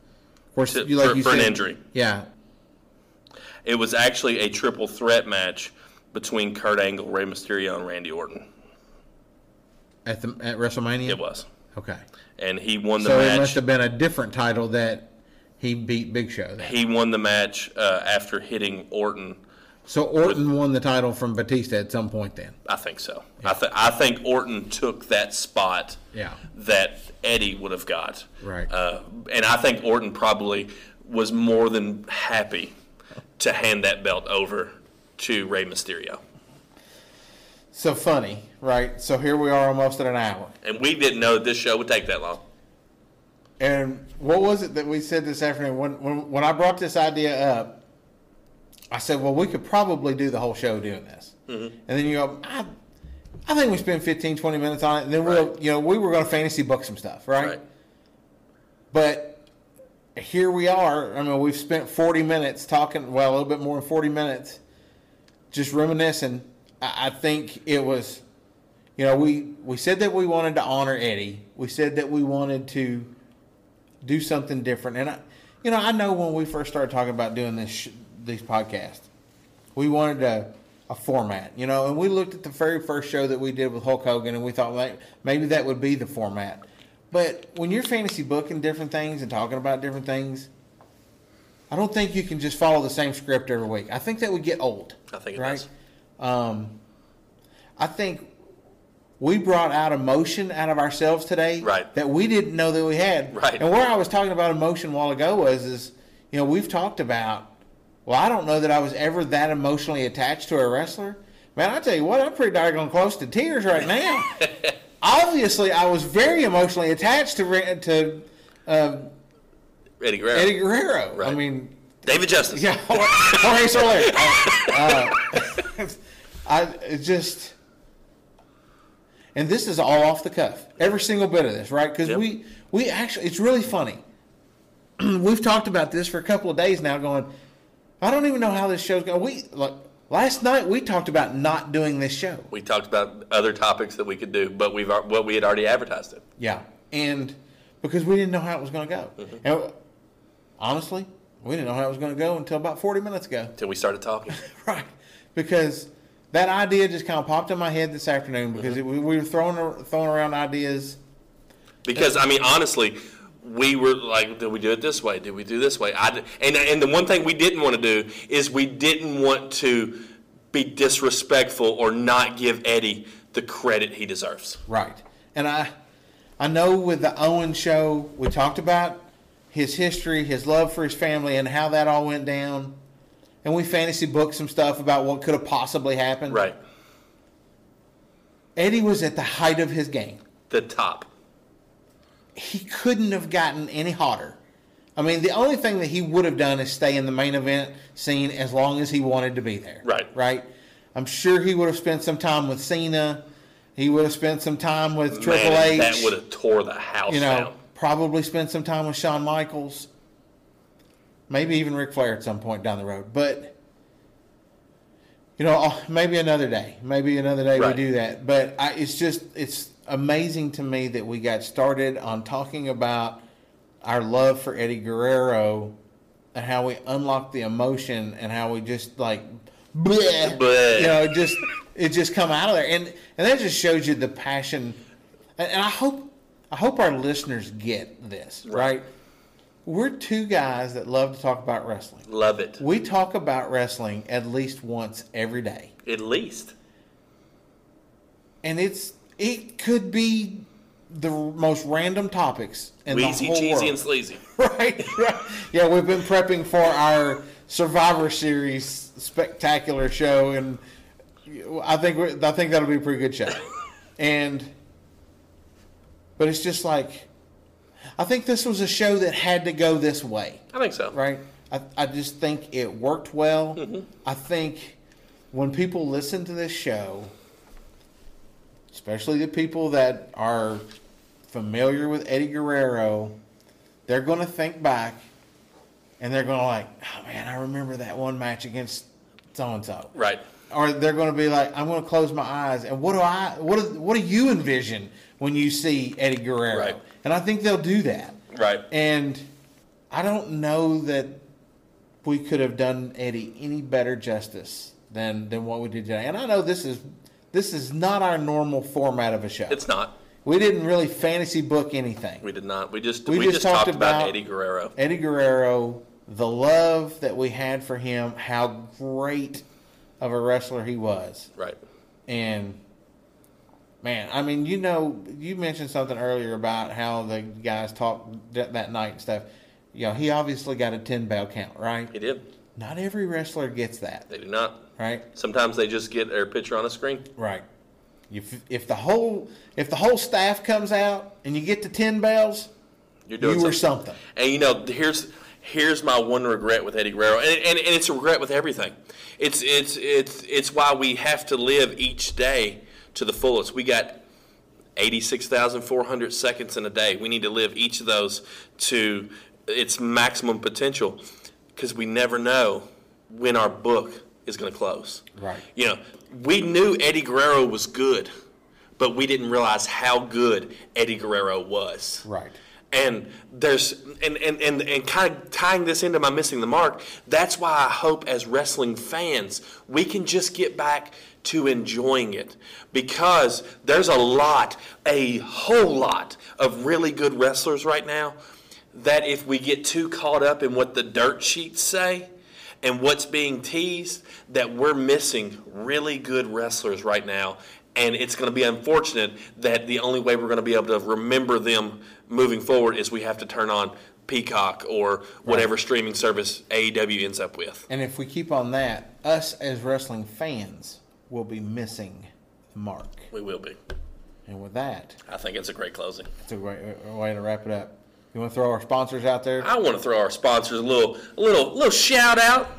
Speaker 2: Of course,
Speaker 3: To-
Speaker 2: you- like
Speaker 3: for-
Speaker 2: you
Speaker 3: for an
Speaker 2: said-
Speaker 3: injury.
Speaker 2: Yeah,
Speaker 3: It was actually a triple threat match between Kurt Angle, Rey Mysterio, and Randy Orton.
Speaker 2: at the at WrestleMania?
Speaker 3: It was,
Speaker 2: Okay.
Speaker 3: and he won the
Speaker 2: So it must
Speaker 3: match.
Speaker 2: have been a different title that he beat Big Show. Then.
Speaker 3: He won the match uh, after hitting Orton.
Speaker 2: So Orton won the title from Batista at some point then.
Speaker 3: I think so. I, th- I think Orton took that spot
Speaker 2: Yeah.
Speaker 3: that Eddie would have got.
Speaker 2: Right.
Speaker 3: Uh, and I think Orton probably was more than happy to hand that belt over to Rey Mysterio.
Speaker 2: So funny, right? So here we are almost at an hour.
Speaker 3: And we didn't know this show would take that long.
Speaker 2: And what was it that we said this afternoon? When, when, when I brought this idea up, I said, well, we could probably do the whole show doing this.
Speaker 3: Mm-hmm.
Speaker 2: And then you go, I, I think we spend 15, 20 minutes on it. And then we'll,
Speaker 3: Right.
Speaker 2: you know, we were going to fantasy book some stuff,
Speaker 3: Right.
Speaker 2: right? But here we are. I mean, we've spent 40 minutes talking, well, a little bit more than 40 minutes just reminiscing. I, I think it was, you know, we, we said that we wanted to honor Eddie. We said that we wanted to do something different. And I, you know, I know when we first started talking about doing this, sh- these podcasts, we wanted a, a format, you know, and we looked at the very first show that we did with Hulk Hogan and we thought like maybe that would be the format. But when you're fantasy booking different things and talking about different things, I don't think you can just follow the same script every week. I think that would get old.
Speaker 3: I think it does.
Speaker 2: Um, I think we brought out emotion out of ourselves today
Speaker 3: Right.
Speaker 2: that we didn't know that we had.
Speaker 3: Right.
Speaker 2: And where I was talking about emotion a while ago was is, you know, we've talked about well, I don't know that I was ever that emotionally attached to a wrestler. Man, I tell you what, I'm pretty darn close to tears right now. Obviously, I was very emotionally attached to Re- to uh,
Speaker 3: Eddie Guerrero.
Speaker 2: Eddie Guerrero. I
Speaker 3: Right.
Speaker 2: mean,
Speaker 3: David Justice.
Speaker 2: yeah, Jorge Soler. Uh, uh, I it just, and this is all off the cuff. Every single bit of this, right? Because
Speaker 3: Yep.
Speaker 2: we we actually, it's really funny. We've talked about this for a couple of days now. Going, I don't even know how this show's going. We like last night we talked about not doing this show.
Speaker 3: We talked about other topics that we could do, but we've al- well, we had already advertised it.
Speaker 2: Yeah, and because we didn't know how it was going to go. And honestly, we didn't know how it was going to go until about forty minutes ago.
Speaker 3: Till we started talking.
Speaker 2: Right. Because that idea just kind of popped in my head this afternoon because it, we, we were throwing ar- throwing around ideas.
Speaker 3: Because I mean, honestly, we were like, "Did we do it this way? Did we do this way?" I d- and and the one thing we didn't want to do is we didn't want to be disrespectful or not give Eddie the credit he deserves.
Speaker 2: Right. And I I know with the Owen show we talked about his history, his love for his family and how that all went down. And we fantasy booked some stuff about what could have possibly happened.
Speaker 3: Right,
Speaker 2: Eddie was at the height of his game.
Speaker 3: the top.
Speaker 2: he couldn't have gotten any hotter. I mean, the only thing that he would have done is stay in the main event scene as long as he wanted to be there.
Speaker 3: Right.
Speaker 2: Right. I'm sure he would have spent some time with Cena. He would have spent some time with Triple
Speaker 3: Man,
Speaker 2: H.
Speaker 3: that would have tore the house
Speaker 2: you know,
Speaker 3: down.
Speaker 2: probably spent some time with Shawn Michaels. Maybe even Ric Flair at some point down the road. But you know, uh, maybe another day. Maybe another day
Speaker 3: Right.
Speaker 2: we do that. But I, it's just it's amazing to me that we got started on talking about our love for Eddie Guerrero and how we unlocked the emotion and how we just like bleh,
Speaker 3: Bleh.
Speaker 2: you know it just it just come out of there and and that just shows you the passion and, and I hope I hope our listeners get this right we're two guys that love to talk about wrestling
Speaker 3: Love it.
Speaker 2: we talk about wrestling at least once every day.
Speaker 3: At least.
Speaker 2: And it's it could be the most random topics in the
Speaker 3: Wheezy,
Speaker 2: whole
Speaker 3: cheesy,
Speaker 2: world.
Speaker 3: and sleazy.
Speaker 2: right, right. Yeah, we've been prepping for our Survivor Series spectacular show, and I think we're- I think that'll be a pretty good show. And but it's just like I think this was a show that had to go this way
Speaker 3: I think so.
Speaker 2: right? I, I just think it worked well. I think when people listen to this show, especially the people that are familiar with Eddie Guerrero, they're going to think back and they're going to like, oh man, I remember that one match against so and so
Speaker 3: Right.
Speaker 2: or they're going to be like, I'm going to close my eyes. And what do I? What do, What do you envision when you see Eddie Guerrero?
Speaker 3: Right.
Speaker 2: And I think they'll do that.
Speaker 3: Right.
Speaker 2: And I don't know that we could have done Eddie any better justice than than what we did today. And I know this is this is not our normal format of a show.
Speaker 3: It's not.
Speaker 2: we didn't really fantasy book anything.
Speaker 3: We did not. We just we, just, talked, about, Eddie Guerrero.
Speaker 2: Eddie Guerrero, the love that we had for him, how great of a wrestler he was.
Speaker 3: Right.
Speaker 2: And man, I mean, you know, you mentioned something earlier about how the guys talked that that night and stuff. You know, he obviously got a 10 bell count, right?
Speaker 3: He did.
Speaker 2: Not every wrestler gets that,
Speaker 3: They do not.
Speaker 2: right?
Speaker 3: Sometimes they just get their picture on a screen.
Speaker 2: Right. If, if the whole if the whole staff comes out and you get to 10 bells,
Speaker 3: You're
Speaker 2: you
Speaker 3: doing
Speaker 2: were
Speaker 3: something.
Speaker 2: something.
Speaker 3: And you know, here's here's my one regret with Eddie Guerrero, and, and, and it's a regret with everything. It's it's it's it's why we have to live each day to the fullest. We got eighty six thousand four hundred seconds in a day. We need to live each of those to its maximum potential, because we never know when our book is going to close.
Speaker 2: Right.
Speaker 3: You know, we knew Eddie Guerrero was good, but we didn't realize how good Eddie Guerrero was
Speaker 2: Right.
Speaker 3: and there's and and, and and kind of tying this into my missing the mark that's why i hope as wrestling fans we can just get back to enjoying it because there's a lot a whole lot of really good wrestlers right now that if we get too caught up in what the dirt sheets say and what's being teased that we're missing really good wrestlers right now and it's going to be unfortunate that the only way we're going to be able to remember them moving forward is we have to turn on peacock or whatever streaming service aew ends up with
Speaker 2: And if we keep on that, us as wrestling fans will be missing the mark.
Speaker 3: we will be
Speaker 2: And with that,
Speaker 3: i think it's a great closing
Speaker 2: it's a great a way to wrap it up. You want to throw our sponsors out there?
Speaker 3: i want to throw our sponsors a little a little little shout out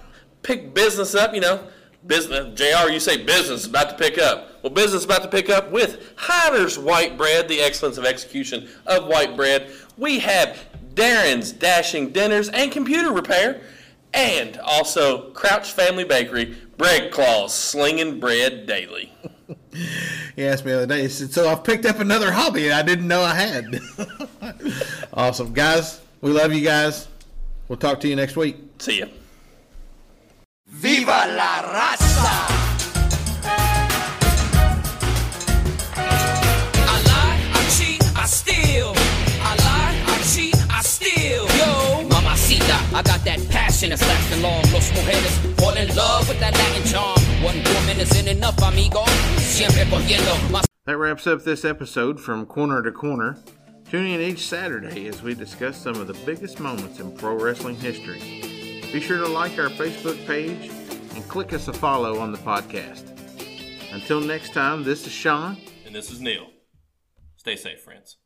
Speaker 3: pick business up you know business jr you say business is about to pick up well business is about to pick up with heiner's white bread the excellence of execution of white bread we have darren's dashing dinners and computer repair and also crouch family bakery bread claws slinging bread daily
Speaker 2: He asked me the other day. He said, "So I've picked up another hobby I didn't know I had." awesome, guys. We love you guys. We'll talk to you next week.
Speaker 3: see ya
Speaker 4: ¡Viva la raza!
Speaker 5: I lie, I cheat, I steal. I lie, I cheat, I steal. Yo, mamacita, I got that passion that's lasting long. Los mujeres fall in love with that Latin charm. One woman isn't enough, amigo. Siempre cogiendo más.
Speaker 2: That wraps up this episode from Corner to Corner. Tune in each Saturday as we discuss some of the biggest moments in pro wrestling history. Be sure to like our Facebook page and click us a follow on the podcast. Until next time, this is Sean.
Speaker 3: and this is neil stay safe friends